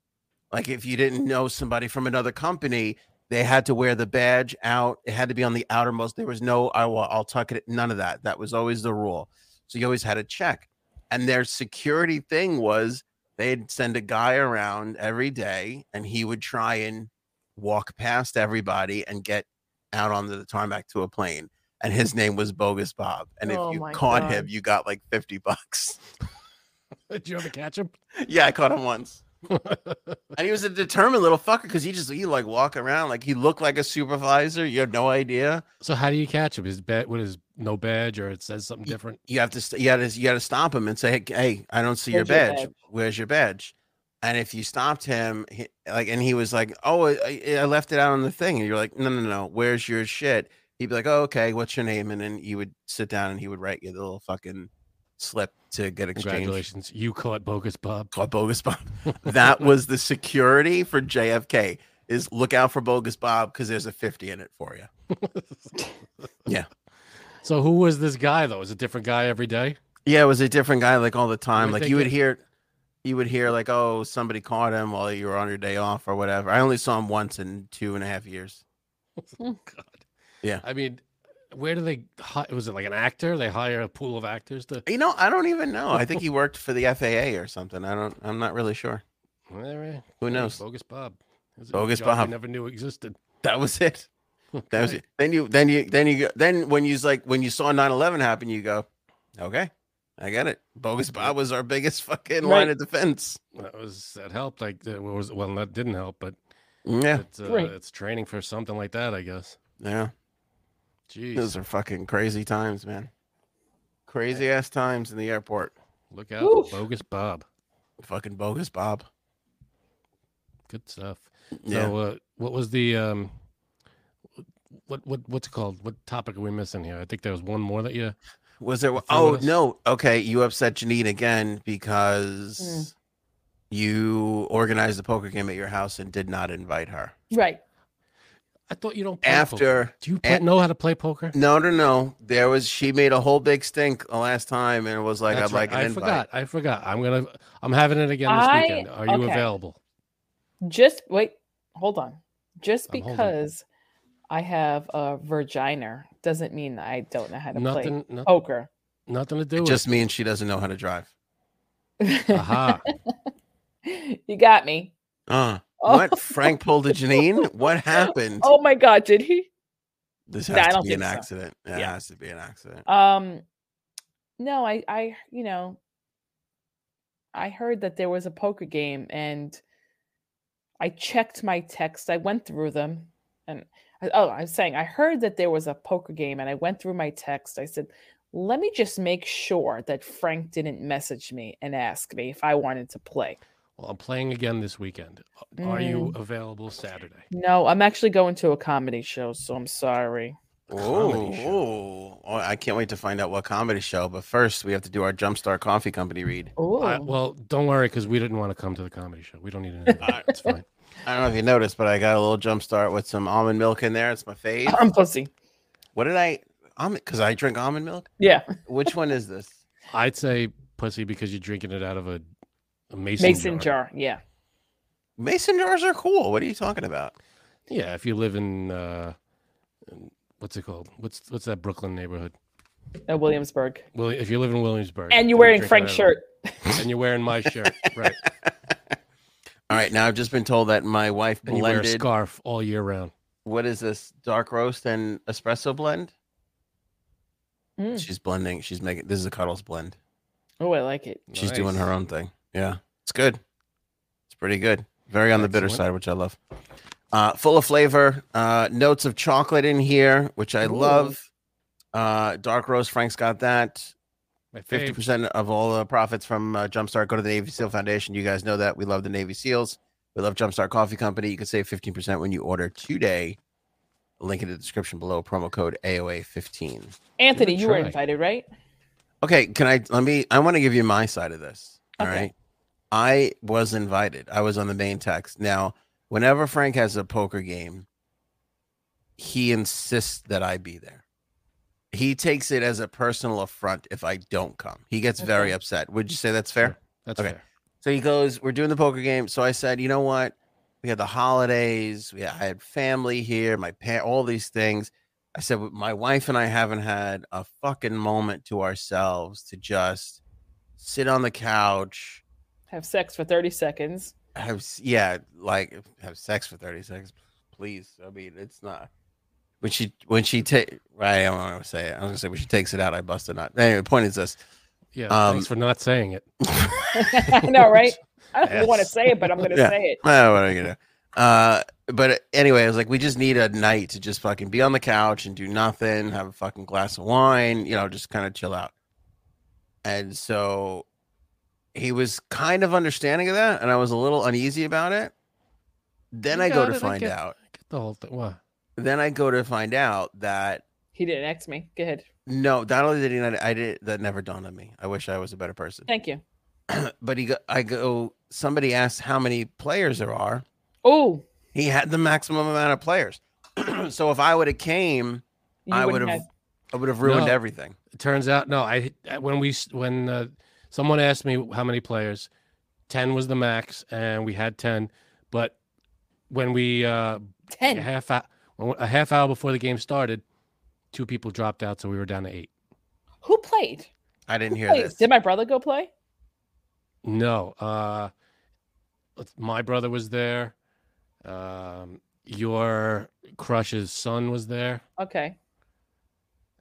C: Like if you didn't know somebody from another company, they had to wear the badge out. It had to be on the outermost. There was no I will I'll tuck it. None of that. That was always the rule. So you always had to check. And their security thing was they'd send a guy around every day and he would try and walk past everybody and get out onto the tarmac to a plane. And his name was Bogus Bob. And if
A: Oh
C: you
A: my
C: caught
A: God.
C: him, you got like 50 bucks.
B: Did you ever catch him?
C: yeah, I caught him once. And he was a determined little fucker because he just he like walk around like he looked like a supervisor. You have no idea.
B: so how do you catch him? His bed with his no badge, or it says something
C: Y-
B: different.
C: You have to st- you got to you got to stop him and say, "Hey, I don't see
A: Where's
C: your,
A: your
C: badge.
A: badge?"
C: Where's your badge?" And if you stopped him, he, like, and he was like, "Oh, I, I- I left it out on the thing," and you're like, "No, no, no. Where's your shit?" He'd be like, "Oh, okay. What's your name?" And then you would sit down and he would write you the little fucking slip to get exchanged.
B: Congratulations, you caught bogus Bob.
C: Called bogus bomb. that was the security for JFK. is look out for Bogus Bob because there's a 50 in it for you.
B: So who was this guy though? Is it a different guy every day?
C: Yeah, it was a different guy like all the time.
B: you
C: Like
B: think
C: you would
B: it-
C: hear, you would hear like, oh, somebody caught him while you were on your day off or whatever. I only saw him once in two and a half years.
B: God.
C: Hmm. Yeah.
B: I mean, where do they? hi- Was it like an actor? They hire a pool of actors to.
C: You know, I don't even know. I think he worked for the FAA or something. I don't. I'm not really sure.
B: All right.
C: Who
B: Hey,
C: knows?
B: Bogus Bob. It was a
C: Bogus
B: job we
C: Bob.
B: never knew existed.
C: That was it. That was
B: Okay.
C: it. Then you, then you, then you, go- then when you s- like when you saw 9/11 happen, you go, okay, I get it. Bogus Bob was our biggest fucking line
A: Right.
C: of defense.
B: That was that helped. Like that was well, that didn't help, but
C: Yeah,
B: it's uh,
A: Right.
B: it's training for something like that, I guess.
C: yeah.
B: Jeez,
C: Those are fucking crazy times, man. Crazy ass times in the airport.
B: look out, for
A: Oof.
B: Bogus Bob.
C: Fucking bogus, Bob.
B: Good stuff.
C: Yeah.
B: So, uh, what was the um, what what what's it called? What topic are we missing here? I think there was one more that you.
C: Was there?
B: You feeling
C: Oh
B: us?
C: no. Okay, you upset Janine again because
A: Hmm.
C: you organized the poker game at your house and did not invite her.
A: Right.
B: I thought you don't play poker.
C: After
B: Do you play,
C: a-
B: know how to play poker?
C: no, no, no. There was she made a whole big stink the last time and was like,
B: That's
C: "I'd
B: right.
C: like an
B: I
C: invite."
B: forgot. I forgot. I'm gonna. I'm having it again this
A: I-
B: weekend. Are you
A: okay.
B: available?
A: Just wait. Hold on. Just
B: I'm holding.
A: because I have a virginer doesn't mean I don't know how to play Oh.
B: Nothing. No,
A: poker.
B: Nothing to do
C: It
B: with.
C: just means she doesn't know how to drive.
B: Aha.
A: you got me.
C: Uh,
A: Oh.
C: What Frank pulled a Janine? What happened?
A: Oh my god, did he?
C: This
A: Nah,
C: has
A: I
C: to
A: don't
C: be an
A: think so.
C: accident. It
A: Yeah.
C: has to be an accident.
A: Um no, I I you know I heard that there was a poker game and I checked my text. I went through them and I- oh, I was saying I heard that there was a poker game and I went through my text. I said, "Let me just make sure that Frank didn't message me and ask me if I wanted to play."
B: well, I'm playing again this weekend. A- Are you
A: Mm.
B: available Saturday?
A: No, I'm actually going to a comedy show, so I'm sorry.
C: Oh,
B: comedy show.
C: oh, oh, I can't wait to find out what comedy show. But first, we have to do our Jumpstart Coffee Company read.
A: Oh,
B: I, well, don't worry because we didn't want to come to the comedy show. We don't need an invite. it's fine.
C: I don't know if you noticed, but I got a little Jumpstart with some almond milk in there. It's my fave.
B: Um,
A: I'm pussy.
C: What did I? Almond? Because I drink almond milk.
A: Yeah,
C: Which one is this?
B: I'd say pussy because you're drinking it out of a, a mason,
A: mason jar. Yeah.
C: Mason jars are cool. What are you talking about?
B: Yeah, if you live in uh, in- what's it called? What's what's that Brooklyn neighborhood?
A: at Williamsburg.
B: Well, if you live in Williamsburg
A: And you're
B: then
A: wearing
B: drinking
A: Frank's
B: out
A: shirt.
B: of- and you're wearing my shirt, right?
C: All right, now I've just been told that my wife
B: And you wear a
C: blended.
B: scarf all year round.
C: What is this? Dark roast and espresso blend.
B: Hmm.
A: Mm.
C: She's blending. She's making. This is a cuddles blend.
A: Oh, I like it.
C: She's doing
B: Nice.
C: her own thing. Yeah, it's good. It's pretty good. Very on the bitter
B: Excellent.
C: side, which I love. Uh, full of flavor. Uh, notes of chocolate in here, which I love. Uh, dark roast. Frank's got that.
B: My
C: Fifty
B: fave.
C: percent of all the profits from uh, Jumpstart go to the Navy SEAL Foundation. You guys know that we love the Navy SEALs. We love Jumpstart Coffee Company. You can save fifteen percent when you order today. Link in the description below. Promo code AOA fifteen.
A: Anthony,
B: a
A: you were
B: try.
A: invited, right?
C: Okay, can I let me I want to give you my side of this. All right,
A: Okay.
C: I was invited. I was on the main text. Now, whenever Frank has a poker game, he insists that I be there. He takes it as a personal affront if I don't come. He gets very
A: Okay.
C: upset. Would you say that's fair?
B: That's
C: Okay.
B: fair.
C: So he goes, "We're doing the poker game." So I said, "You know what? We had the holidays. We I had family here, my parent, all these things." I said, "But "My wife and I haven't had a fucking moment to ourselves to just sit on the couch,
A: Have sex for 30 seconds.
C: have s- yeah, like have sex for thirty seconds, please." I mean, it's not when she when she take right. I don't want to say it. I was gonna say when she takes it out, I bust a nut. Anyway, the point is this:
B: Yeah.
C: Um,
B: thanks for not saying it.
A: I know, right? I don't want to
B: Yes.
A: say it, but I'm going to
C: Yeah.
A: say it.
C: Oh, what are you gonna? Uh, but anyway, I was like, we just need a night to just fucking be on the couch and do nothing, have a fucking glass of wine, you know, just kind of chill out. And so he was kind of understanding of that, and I was a little uneasy about it. Then
B: You
C: I go
B: got
C: to
B: it, I
C: find
B: get-
C: out.
B: Get the whole thing. Wow.
C: Then I go to find out that
A: He didn't ask me. Go ahead.
C: no, not only did he not, I did that never dawned on me. I wish I was a better person.
A: Thank you.
C: but he, go, I go. Somebody asked how many players there are.
A: Oh,
C: He had the maximum amount of players. so if I would have came,
A: You
C: I would
A: wouldn't
C: have I would have ruined
B: No.
C: everything.
B: It turns out, no, I when we s- when uh, someone asked me how many players, ten was the max, and we had ten. But when we uh, a
A: 10.
B: half hour, a half hour before the game started, two people dropped out, so we were down to eight.
A: Who played?
C: I didn't
A: Who
C: hear
A: played?
C: this.
A: Did my brother go play?
B: No, uh, let's- my brother was there. Um, your crush's son was there.
A: Okay.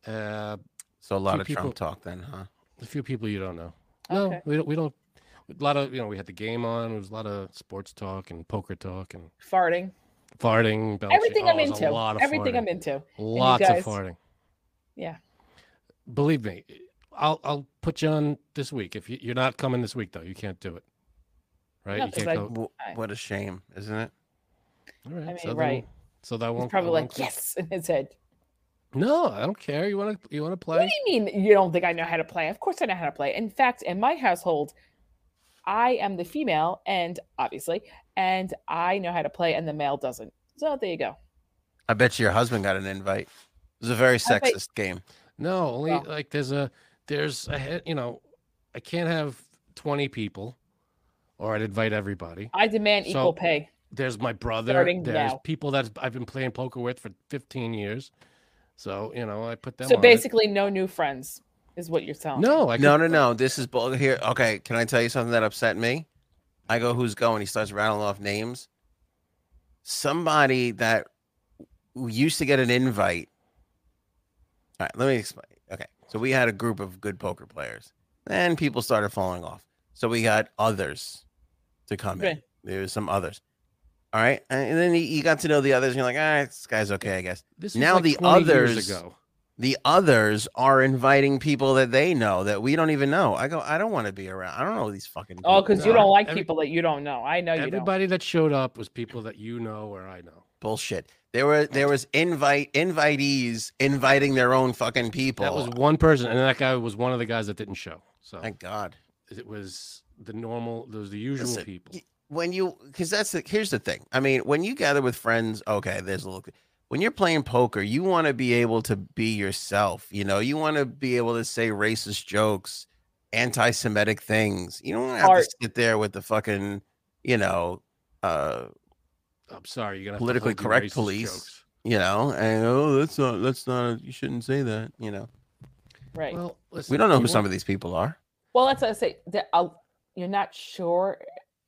B: Uh,
C: So a lot
B: Two
C: of
B: people-
C: Trump talk then, huh?
B: a few people you don't know. No,
A: Okay.
B: we don't. We don't. A lot of you know. We had the game on. It was a lot of sports talk and poker talk and
A: Farting.
B: farting. belching.
A: Everything
B: Oh,
A: I'm
B: it was
A: into.
B: A lot of
A: Everything
B: farting.
A: I'm into. you
B: Lots
A: guys-
B: of farting.
A: Yeah.
B: Believe me, I'll I'll put you on this week. If you, you're not coming this week though, you can't do it. Right?
A: No,
B: you
A: 'cause
B: can't
A: I-
B: go.
C: W-
A: I-
C: What a shame, isn't it?
B: All right.
A: I mean,
B: so then-
A: right.
B: So that
A: He's
B: won't.
A: probably
B: I
A: like,
B: won't go-
A: yes, in his head.
B: No, I don't care. You want to you want to
A: What
B: play?
A: do you mean you don't think I know how to play? Of course I know how to play. In fact, in my household, I am the female and obviously, and I know how to play and the male doesn't. So there you go.
C: I bet you your husband got an invite. It was a very
A: I bet-
C: sexist game.
B: No, only
A: Well-
B: like there's a there's a he- you know, I can't have 20 people, or I'd invite everybody.
A: I demand equal
B: So-
A: pay.
B: There's my brother.
A: Starting
B: there's
A: now.
B: people that I've been playing poker with for 15 years. So you know, I put them.
A: So
B: on it.
A: basically no new friends is what you're telling me.
B: no, Oh, I
C: No,
B: could-
C: no, no. This is bull here. Okay, can I tell you something that upset me? I go, who's going? He starts rattling off names. Somebody that w- used to get an invite. All right, let me explain. Okay, so we had a group of good poker players. Then people started falling off. So we got others to come in.
A: Okay.
C: There was some others. All right, and then you- you got to know the others, and you're like, all right, this guy's okay, I guess.
B: This
C: Now
B: like
C: the
B: 20
C: others-
B: years ago.
C: the others are inviting people that they know that we don't even know. I go, I don't want to be around. I don't know these fucking.
A: Oh,
C: people.
A: because you
B: No,
A: don't like
B: every-
A: people that you don't know. I know you don't.
B: Everybody that showed up was people that you know or I know.
C: bullshit. There were there was invite invitees inviting their own fucking people.
B: That was one person, and that guy was one of the guys that didn't show. So
C: thank God.
B: it was the normal, those the usual
C: Listen,
B: people.
C: y- When you because that's the here's the thing. I mean, when you gather with friends, okay, there's a little. When you're playing poker, you want to be able to be yourself. You know, you want to be able to say racist jokes, anti-Semitic things. You don't wanna have
A: Art.
C: to sit there with the fucking, you know, uh
B: I'm sorry, you're gonna have to
C: politically
B: hold your
C: correct
B: racist
C: police.
B: jokes.
C: you know, and oh, that's not, that's not, you shouldn't say that, you know.
A: Right. Well,
B: Well, listen,
C: We don't know
B: you
C: who some
B: want-
C: of these people are.
A: that's what I say. that I'll- you're not sure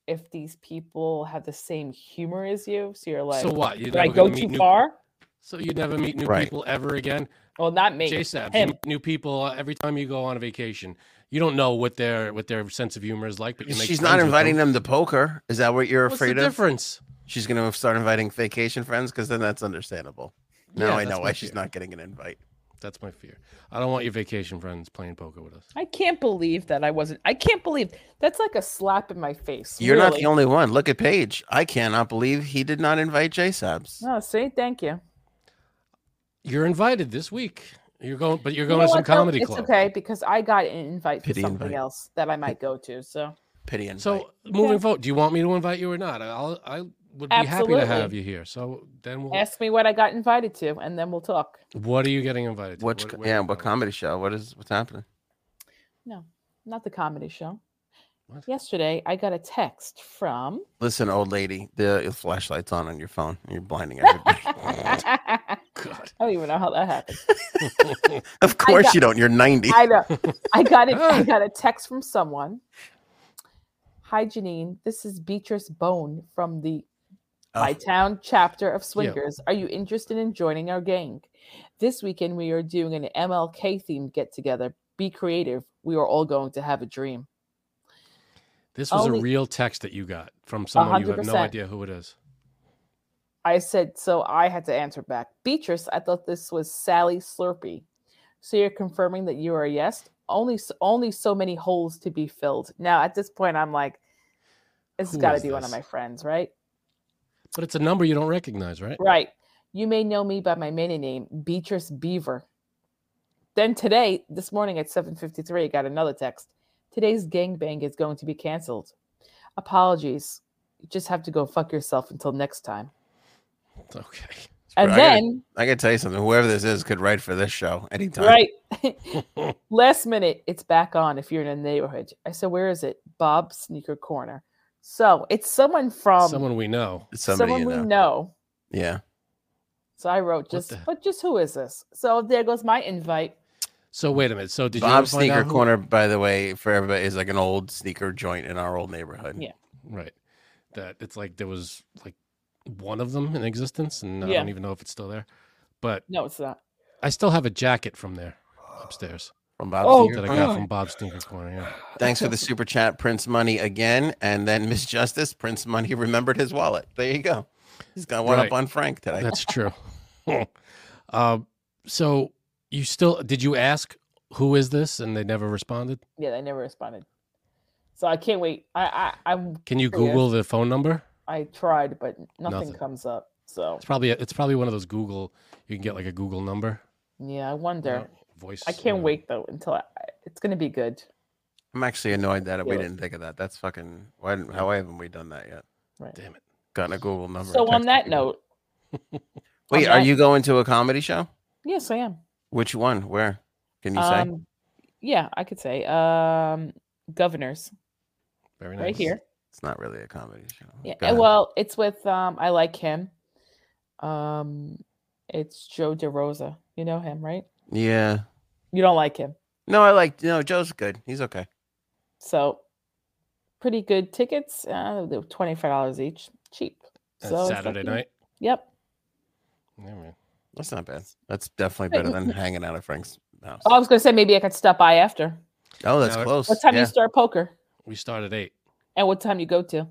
A: if these people have the same humor as you. So you're like,
B: So what? You're
A: did I
B: never
A: go
B: gonna meet
A: too
B: new-
A: far?
B: So you never meet new
C: Right.
B: people ever again.
A: Well, not me.
B: JSABs, you
A: him.
B: meet new people uh, every time you go on a vacation. You don't know what their what their sense of humor is like, but you make
C: She's not inviting
B: them.
C: them to poker. Is that what you're
B: What's
C: afraid
B: the
C: of?
B: difference?
C: She's going to start inviting vacation friends because then that's understandable. Now
B: Yeah,
C: I
B: that's
C: know
B: my
C: why she's
B: fear.
C: not getting an invite.
B: That's my fear. I don't want your vacation friends playing poker with us.
A: I can't believe that I wasn't. I can't believe that's like a slap in my face.
C: You're not
A: really.
C: the only one. Look at Paige. I cannot believe he did not invite JSABs.
A: No, see, thank you.
B: You're invited this week. You're going, but you're
A: You
B: going
A: know
B: to some
A: what, though?
B: comedy
A: it's
B: club.
A: okay because I got an invite to
C: Pity
A: something
C: invite.
A: else that I might go to. So
C: Pity invite.
B: So moving forward, do you want me to invite you or not? I'll, I would be happy to have
A: Absolutely.
B: you here. So then, we'll,
A: ask me what I got invited to, and then we'll talk.
B: what are you getting invited to?
C: Which,
B: What- where are
C: yeah,
B: you
C: what
B: going?
C: comedy show? What is, what's happening?
A: Not the comedy show.
B: What?
A: Yesterday, I got a text from.
C: Listen, old lady, the your flashlight's on on your phone. and You're blinding everybody.
A: I
B: God.
A: don't even know how that happened.
C: of course
A: got-
C: you don't. You're 90.
A: I know. I got it. I
B: Ah.
A: got a text from someone. Hi, Janine. This is Beatrice Bone from the my
B: Uh,
C: Oh.
A: town chapter of Swingers. Are you interested in joining our gang? This weekend we are doing an MLK themed get together. Be creative. We are all going to have a dream.
B: This was
A: Only-
B: a real text that you got from someone you have no
A: 100%.
B: idea who it is.
A: I said, so I had to answer back. Beatrice, I thought this was Sally Slurpee. So you're confirming that you are a yes? Only s- only so many holes to be filled. Now at this point, I'm like, this has
B: Who
A: got to
B: is
A: be one of
B: this?
A: my friends, right?
B: But it's a number you don't recognize, right?
A: Right. You may know me by my maiden name, Beatrice Beaver. Then today, this morning at 7:53, I got another text. Today's gangbang is going to be canceled. Apologies. You just have to go fuck yourself until next time.
B: Okay.
A: And
C: I gotta-
A: then,
C: I gotta tell you something. Whoever this is could write for this show anytime.
A: right, last minute, it's back on if you're in a neighborhood. I said, Where is it? Bob Sneaker Corner. So it's someone from
B: Someone we know.
C: It's somebody
A: someone
C: you
A: we
C: know.
A: know.
C: Yeah.
A: So I wrote just,
B: the-
A: but just who is this? So there goes my invite.
B: So wait a minute. So did you ever
C: Bob
B: find out
C: Sneaker
B: who-
C: Corner, by the way, for everybody, is like an old sneaker joint in our old neighborhood.
A: Yeah.
B: Right. That it's like there was like one of them in existence, and I
A: Yeah.
B: don't even know if it's still there. But
A: No, it's not.
B: I still have a jacket from there upstairs
C: From Bob
A: Oh,
C: Sneaker
B: that I
C: Corner.
B: got from Bob Sneaker Corner. Yeah.
C: Thanks for the super chat, Prince Money, again. And then Miss Justice, Prince Money remembered his wallet. There you go. He's got one
B: Right.
C: up on Frank today.
B: That's true. um, so you still did you ask who is this and they never responded?
A: Yeah, they never responded. So I can't wait. I I I'm,
B: Can you
A: Oh, yeah.
B: Google the phone number?
A: I tried, but nothing,
B: Nothing.
A: comes up. So
B: It's probably it's probably one of those Google you can get like a Google number.
A: yeah, I
B: you
A: wonder.
B: know, Voice. uh,
A: I
B: you
A: can't
B: know.
A: wait though until I, it's gonna be good.
C: I'm actually annoyed that we
A: Yeah.
C: didn't think of that. That's fucking why didn't, how haven't we done that yet?
A: Right.
B: Damn it.
C: Gotten a Google number.
A: So
C: and
A: on
C: texted
A: that
C: people.
A: note,
C: Wait,
A: on
C: are
A: that-
C: you going to a comedy show?
A: yes, I am.
C: Which one? Where? Can you say?
A: Um, yeah, I could say um, governors
B: Very nice.
A: right here.
C: It's not really a comedy show.
A: Yeah,
C: Go ahead.
A: well, it's with um, I like him. Um, it's Joe DeRosa. You know him, right?
C: yeah.
A: You don't like him,
C: No, I like no. Joe's good. He's okay.
A: so pretty good tickets. Uh, they're twenty five dollars each, cheap.
B: That's
A: so it's like,
B: Saturday
A: you know,
B: night.
A: Yep.
B: Yeah, man.
C: That's not bad. That's definitely better than hanging out at Frank's house.
A: Oh, I was gonna say maybe I could stop by after.
C: Oh, that's
B: Now,
C: close.
A: What time do
C: yeah.
A: you start poker?
B: We start at eight.
A: And what time you go to?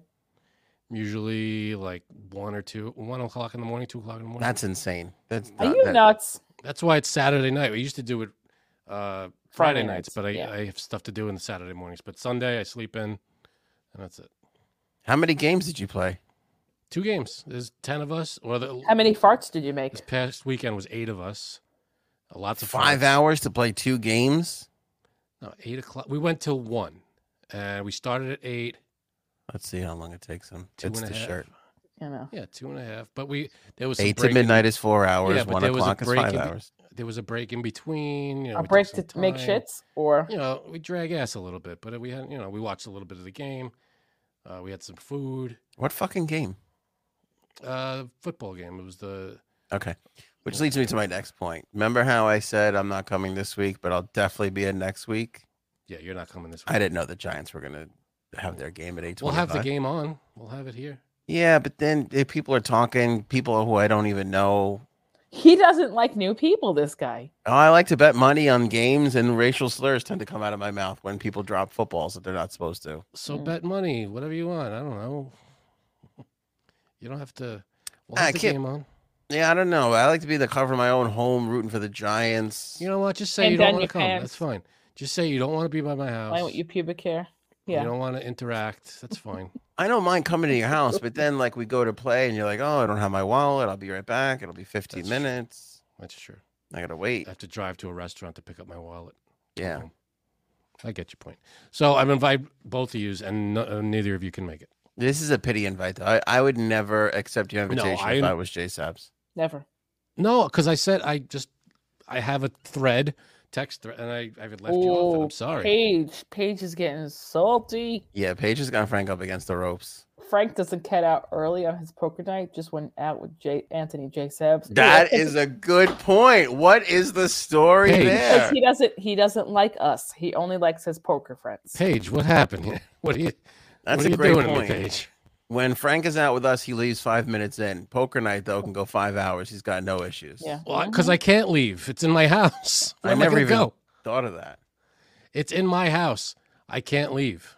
B: Usually like one or two, one o'clock in the morning, two o'clock in the morning.
C: That's insane. That's
A: Are
C: not-
A: you
C: that-
A: nuts?
B: That's why it's Saturday night. We used to do it uh, Friday,
A: Friday
B: nights,
A: nights,
B: but I,
A: yeah.
B: I have stuff to do in the Saturday mornings. But Sunday I sleep in, and that's it.
C: How many games did you play?
B: Two games. There's ten of us. Or the,
A: How many farts did you make?
B: This past weekend was eight of us. Uh, Lots of
C: Five
B: farts.
C: hours to play two games.
B: No, eight o'clock. We went till one, and we started at eight.
C: Let's see how long it takes him.
B: Two
C: it's
B: and a
C: the
B: half.
C: shirt.
A: You know.
B: Yeah, two and a half. But we there was some
C: Eight to
B: break in-
C: midnight is four hours.
B: Yeah, but
C: one
B: there was a
C: o'clock is
B: break
C: five
B: in-
C: hours.
B: There was a break in between. You know,
A: a
B: we took
A: break
B: some
A: to make
B: time.
A: shits or
B: You know, we drag ass a little bit, but we had you know we watched a little bit of the game. Uh, we had some food.
C: What fucking game?
B: Uh, football game. It was the
C: Okay. Which leads me to my next point. Remember how I said I'm not coming this week, but I'll definitely be in next week?
B: yeah. You're not coming this week.
C: I didn't know the Giants were going to have their game at 8
B: We'll have the game on. We'll have it here.
C: Yeah, but then if people are talking, people who I don't even know.
A: he doesn't like new people, this guy.
C: Oh, I like to bet money on games, and racial slurs tend to come out of my mouth when people drop footballs that they're not supposed to.
B: So
A: Mm.
B: bet money, whatever you want. I don't know. You don't have to. We'll
C: Ah,
B: have the
C: kid-
B: game on.
C: Yeah, I don't know. I like to be the cover of my own home, rooting for the Giants.
B: You know what? Just say
A: And
B: you don't
A: then
B: want to
A: you
B: come.
A: can-
B: That's fine. Just say you don't want to be by my house.
A: Playing with your pubic hair.
B: Oh, You
A: Yeah.
B: don't want to interact. That's fine.
C: I don't mind coming to your house, but then like we go to play, and you're like, "Oh, I don't have my wallet. I'll be right back. It'll be 15
B: That's true.
C: minutes.
B: That's true.
C: I gotta
B: I
C: wait."
B: have to drive to a restaurant to pick up my wallet.
C: Yeah.
B: Um, I get your point. So I'm invite both of yous, and no, uh, neither of you can make it.
C: This is a pity invite. Though. I, I would never accept your
B: No,
C: invitation
B: I-
C: if I was J Sabs.
A: Never.
B: No, because I said I just I have a thread text thread, and I I have left you off. And
A: Ooh,
B: I'm sorry.
A: Paige. Paige is getting salty.
C: Yeah, Paige has got Frank up against the ropes.
A: Frank doesn't cut out early on his poker night, just went out with J Anthony J Sabs.
C: That is a good point. What is the story
B: Paige.
C: there?
A: he doesn't he doesn't like us. He only likes his poker friends.
B: Paige, what happened here? What are you? what
C: That's a
B: are you
C: great
B: doing to me,
C: point.
B: Paige?
C: When Frank is out with us, he leaves five minutes in. Poker night though can go five hours. He's got no issues.
A: Yeah.
B: Well, because I can't leave. It's in my house. Where
C: I
B: am I
C: never
B: gonna
C: even
B: go?
C: thought of that.
B: It's in my house. I can't leave.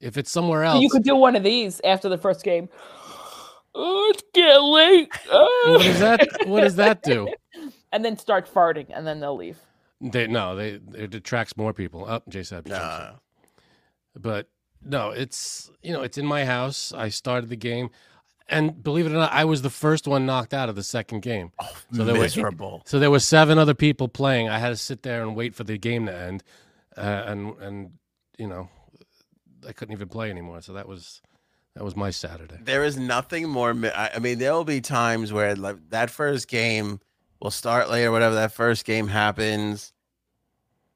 B: If it's somewhere
A: So
B: else,
A: you could do one of these after the first game. Oh, it's getting late.
B: what does
A: Oh.
B: that? What does that do?
A: and then start farting and then they'll leave.
B: They no, they it attracts more people. Up, Jay Savage. jumps in.
C: Nah.
B: But no, it's you know it's in my house. I started the game, and believe it or not, I was the first one knocked out of the second game. So there was-
C: miserable.
B: So there were seven other people playing. I had to sit there and wait for the game to end, uh, and and you know I couldn't even play anymore. So that was That was my Saturday.
C: There is nothing more. mi- I I mean, there will be times where like that first game will start later, whatever that first game happens,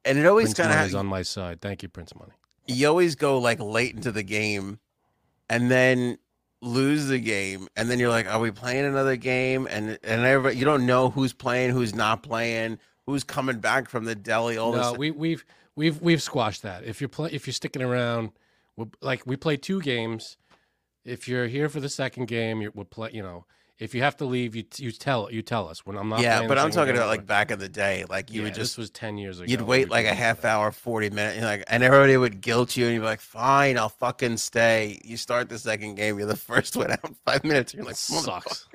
C: and it always
B: Prince
C: kind
B: Money's
C: of
B: on my side. Thank you, Prince Money.
C: you always go like late into the game, and then lose the game, and then you're like, are we playing another game? And and everybody, you don't know who's playing, who's not playing, who's coming back from the deli. All
B: no,
C: this,
B: we, we've we've we've squashed that. If you're play, if you're sticking around, we like we play two games. If you're here for the second game, you we'll play. You know, if you have to leave, you you tell you tell us when I'm not.
C: yeah,
B: playing
C: but
B: the
C: I'm
B: second
C: talking
B: game,
C: about like
B: we're-
C: back in the day, like you
B: yeah,
C: would just
B: this was ten years ago.
C: You'd
B: we
C: wait
B: were
C: like a
B: doing
C: half
B: that.
C: hour, forty minutes, and like, and everybody would guilt you, and you'd be like, "Fine, I'll fucking stay." You start the second game, you're the first one out in five minutes. You're
B: It
C: like,
B: sucks.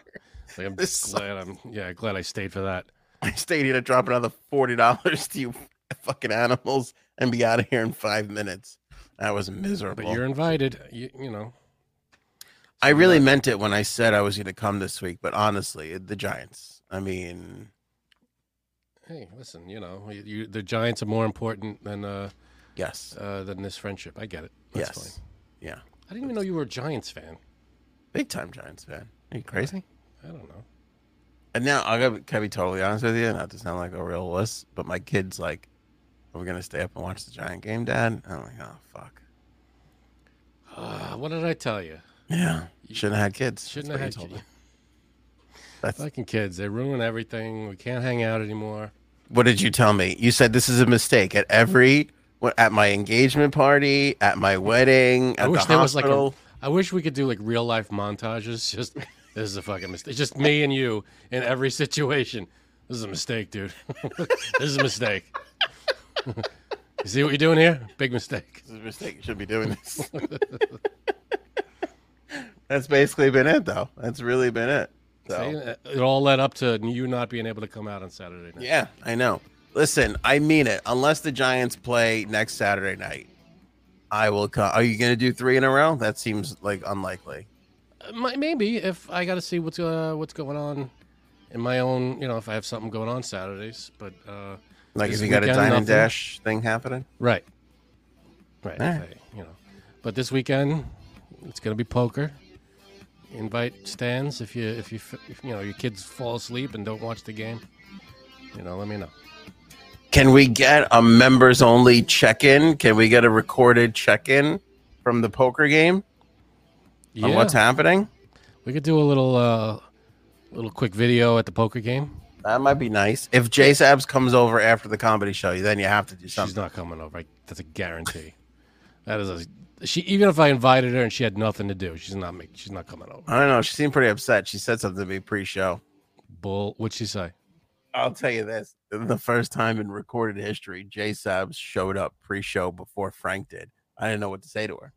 B: Like, I'm glad
C: This
B: I'm yeah glad I stayed for that.
C: I stayed here to drop another forty dollars to you, fucking animals, and be out of here in five minutes." That was miserable.
B: But you're invited. You, you know,
C: I really meant it when I said I was going to come this week, but honestly, the Giants. I mean,
B: hey, listen, you know, you, you, the Giants are more important than uh,
C: yes,
B: uh than this friendship. I get it. That's
C: yes,
B: fine.
C: yeah,
B: I didn't even know you were a Giants fan.
C: big time Giants fan. Are you crazy?
B: I don't know.
C: And now I gotta, can I be totally honest with you? Not to sound like a real wuss, but my kid's like, "Are we gonna stay up and watch the Giant game, Dad?" I'm like, "Oh fuck,
B: Uh, what did I tell you?
C: yeah, you shouldn't have had kids."
B: Shouldn't
C: That's
B: have had
C: what he
B: kids.
C: told me. That's
B: Fucking kids. They ruin everything. We can't hang out anymore.
C: what did you tell me? You said this is a mistake at every what at my engagement party, at my wedding, at
B: I wish
C: the
B: there was like
C: hospital.
B: a, I wish we could do like real life montages. Just this is a fucking mistake. It's Just me and you in every situation. This is a mistake, dude. this is a mistake. you see what you're doing here? Big mistake.
C: this is a mistake. You shouldn't be doing this. That's basically been it, though. That's really been it. So.
B: See, it all led up to you not being able to come out on Saturday night.
C: Yeah, I know. Listen, I mean it. Unless the Giants play next Saturday night, I will come. Are you going to do three in a row? That seems like unlikely.
B: Uh, mi- Maybe if I got to see what's uh, what's going on in my own, you know, if I have something going on Saturdays. But uh,
C: Like
B: This
C: if you got a
B: weekend,
C: dine
B: nothing?
C: and dash thing happening.
B: Right. Right.
C: All
B: if I- you know. But this weekend, it's going to be poker. Invite stands if you if you f- if, you know your kids fall asleep and don't watch the game. You know, let me know.
C: Can we get a members only check in? Can we get a recorded check in from the poker game
B: Yeah,
C: on what's happening?
B: we could do a little uh, little quick video at the poker game.
C: That might be nice. If J Sabs comes over after the comedy show, you then you have to do
B: She's
C: something.
B: not coming over. I, that's a guarantee. that is a she. Even if I invited her and she had nothing to do, she's not make, She's not coming over.
C: I don't know. She seemed pretty upset. She said something to me pre show.
B: Bull. What'd she say?
C: I'll tell you this: the first time in recorded history, J Sabs showed up pre-show before Frank did. I didn't know what to say to her.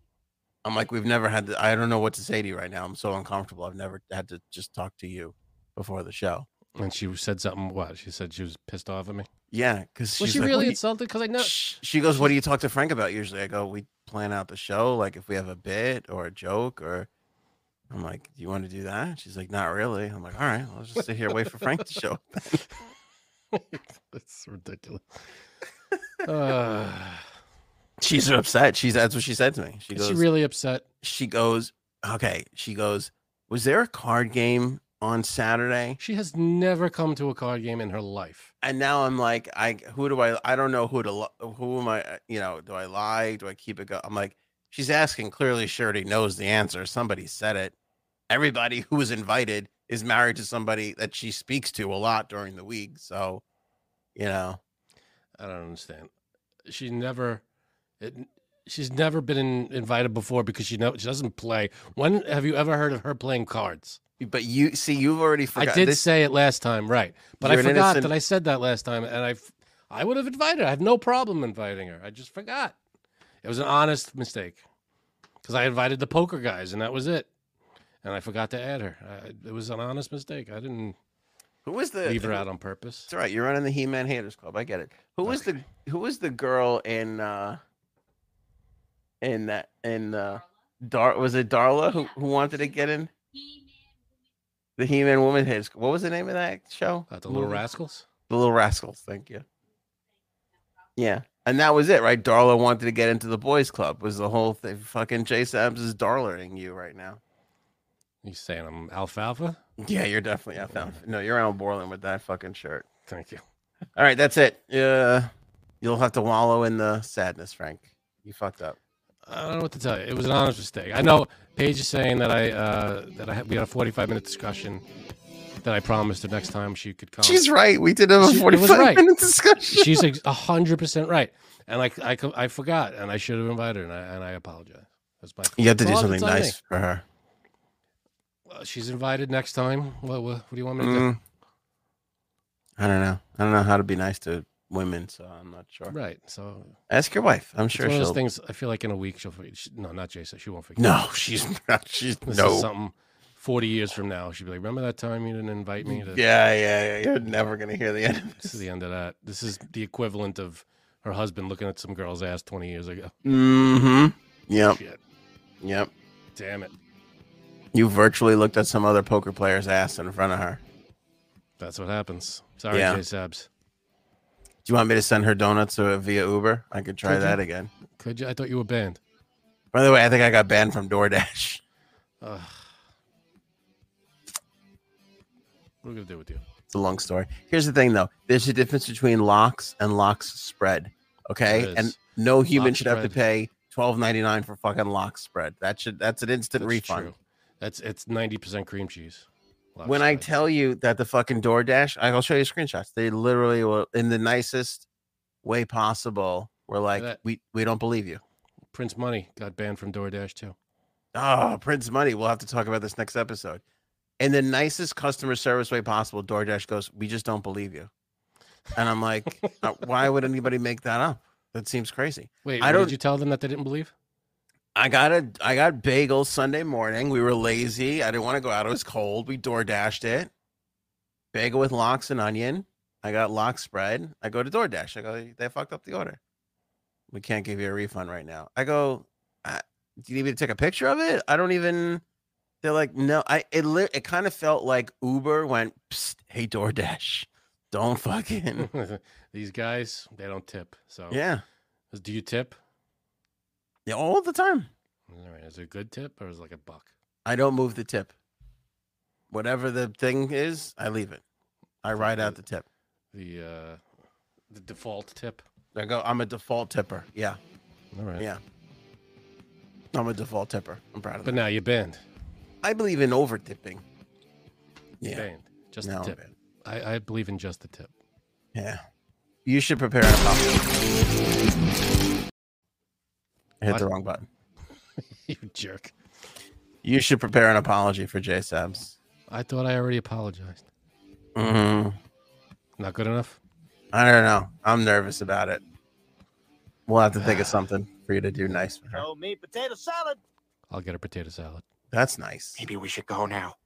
C: I'm like, we've never had. To, I don't know what to say to you right now. I'm so uncomfortable. I've never had to just talk to you before the show.
B: And she said something. What she said? She was pissed off at me.
C: Yeah, because
B: Was she really insulted? Because I know
C: she goes, "What do you talk to Frank about usually?" I go, "We plan out the show, like if we have a bit or a joke or." I'm like, "Do you want to do that?" She's like, "Not really." I'm like, "All right, I'll just sit here and wait for Frank to show." up."
B: That's ridiculous. Uh,
C: She's upset. She's that's what she said to me. She
B: is
C: goes,
B: she really upset?
C: she goes, okay, she goes, was there a card game on Saturday?
B: She has never come to a card game in her life.
C: And now I'm like, I who do I I don't know who to li- who am I, uh, you know, do I lie? Do I keep it go? I'm like, she's asking clearly she already knows the answer. Somebody said it. Everybody who was invited is married to somebody that she speaks to a lot during the week, so you know,
B: I don't understand. She never, it, she's never been in, invited before because she know she doesn't play. When have you ever heard of her playing cards?
C: but you see you've already forgotten
B: I did
C: this
B: say it last time, right? But
C: You're
B: I
C: an
B: forgot
C: innocent-
B: that I said that last time, and I, f- I would have invited her. I have no problem inviting her. I just forgot. It was an honest mistake because I invited the poker guys, and that was it. And I forgot to add her. I, it was an honest mistake. I didn't
C: who was the
B: leave her
C: who-
B: out on purpose.
C: It's all right. You're running the He-Man Haters Club. I get it. Who was the Who was the girl in uh in that in uh Dar was it Darla who who wanted to get in the He-Man Woman Haters? What was the name of that show?
B: Uh, the little
C: Movie?
B: rascals.
C: The Little Rascals. Thank you. Yeah, And that was it, right? Darla wanted to get into the boys' club. Was the whole thing? Fucking Jay Sabs is darlering you right now.
B: You saying I'm alfalfa?
C: Yeah, you're definitely. I found. No, you're Al Borland with that fucking shirt.
B: Thank you.
C: All right, that's it. Uh, you'll have to wallow in the sadness, Frank. You fucked up.
B: I don't know what to tell you. It was an honest mistake. I know Paige is saying that I uh, that I had, we had a 45 minute discussion that I promised her next time she could come.
C: She's right. We did have a
B: She- it was
C: 45
B: right.
C: minute discussion.
B: she's ex- a hundred percent right, and like I, co- I forgot, and I should have invited her, and I, and I apologize. That's my. fault.
C: You have to do
B: Well,
C: something
B: it's on me.
C: nice for her.
B: Well, she's invited next time. What, what, what do you want me to
C: Mm. I don't know. I don't know how to be nice to women, so I'm not sure.
B: do? Right. So
C: Ask your wife. I'm
B: it's
C: sure
B: one of
C: she'll.
B: those things. I feel like in a week she'll. forget- She, no, not Jason. She won't forget.
C: No, she's not. She's
B: This is
C: no.
B: something. Forty years from now, she'll be like, "Remember that time you didn't invite me?" To,
C: Yeah, yeah, yeah. You're never gonna hear the end. Of
B: This is
C: this.
B: the end of that. This is the equivalent of her husband looking at some girl's ass twenty years ago.
C: Mm-hmm. Yep.
B: Shit.
C: Yep.
B: Damn it.
C: You virtually looked at some other poker player's ass in front of her.
B: That's what happens. Sorry,
C: Yeah.
B: Jay Sabs.
C: Do you want me to send her donuts uh, via Uber? I could try
B: Could you?
C: that again.
B: Could you? I thought you were banned.
C: By the way, I think I got banned from DoorDash.
B: Ugh. What are we gonna do with you?
C: It's a long story. Here's the thing, though. There's a difference between locks and locks spread. Okay,
B: There
C: and
B: is.
C: no human
B: Lock
C: should have to pay twelve ninety nine for fucking lock spread. That should that's an instant
B: That's
C: refund.
B: true. That's it's ninety percent cream cheese.
C: when I
B: Lopsided.
C: tell you that the fucking DoorDash, I'll show you screenshots. They literally were in the nicest way possible. We're like,
B: that.
C: we we don't believe you.
B: Prince Money got banned from DoorDash too.
C: Oh, Prince Money. We'll have to talk about this next episode. In the nicest customer service way possible, DoorDash goes, we just don't believe you. And I'm like, "Uh, why would anybody make that up? That seems crazy.
B: Wait,
C: I
B: I
C: don't-
B: did you tell them that they didn't believe?
C: I got a I got bagels Sunday morning. We were lazy. I didn't want to go out. It was cold. We door dashed it. Bagel with lox and onion. I got lox spread. I go to DoorDash. I go, they fucked up the order. We can't give you a refund right now. I go, I, do you need me to take a picture of it? I don't even. They're like, no. I it li- it kind of felt like Uber went, Psst, hey DoorDash, don't fucking
B: These guys, they don't tip. So
C: yeah,
B: do you tip?
C: yeah, all the time.
B: All right, is it a good tip or is it like a buck?
C: I don't move the tip. Whatever the thing is, I leave it. I write out the tip.
B: The uh the default tip.
C: I go, I'm a default tipper. Yeah.
B: All right.
C: Yeah. I'm a default tipper. I'm proud of
B: But
C: that.
B: now you're banned.
C: I believe in over tipping.
B: You're
C: Yeah.
B: Banned. Just
C: No,
B: the
C: I'm
B: tip.
C: banned.
B: I, I believe in just the tip.
C: Yeah. You should prepare a pop. I hit the
B: What?
C: wrong button.
B: you jerk.
C: You should prepare an apology for J Sabs.
B: I thought I already apologized.
C: Mm,
B: Not good enough?
C: I don't know. I'm nervous about it. We'll have to think of something for you to do nice for her.
E: me potato salad.
B: I'll get a potato salad.
C: That's nice.
E: Maybe we should go now.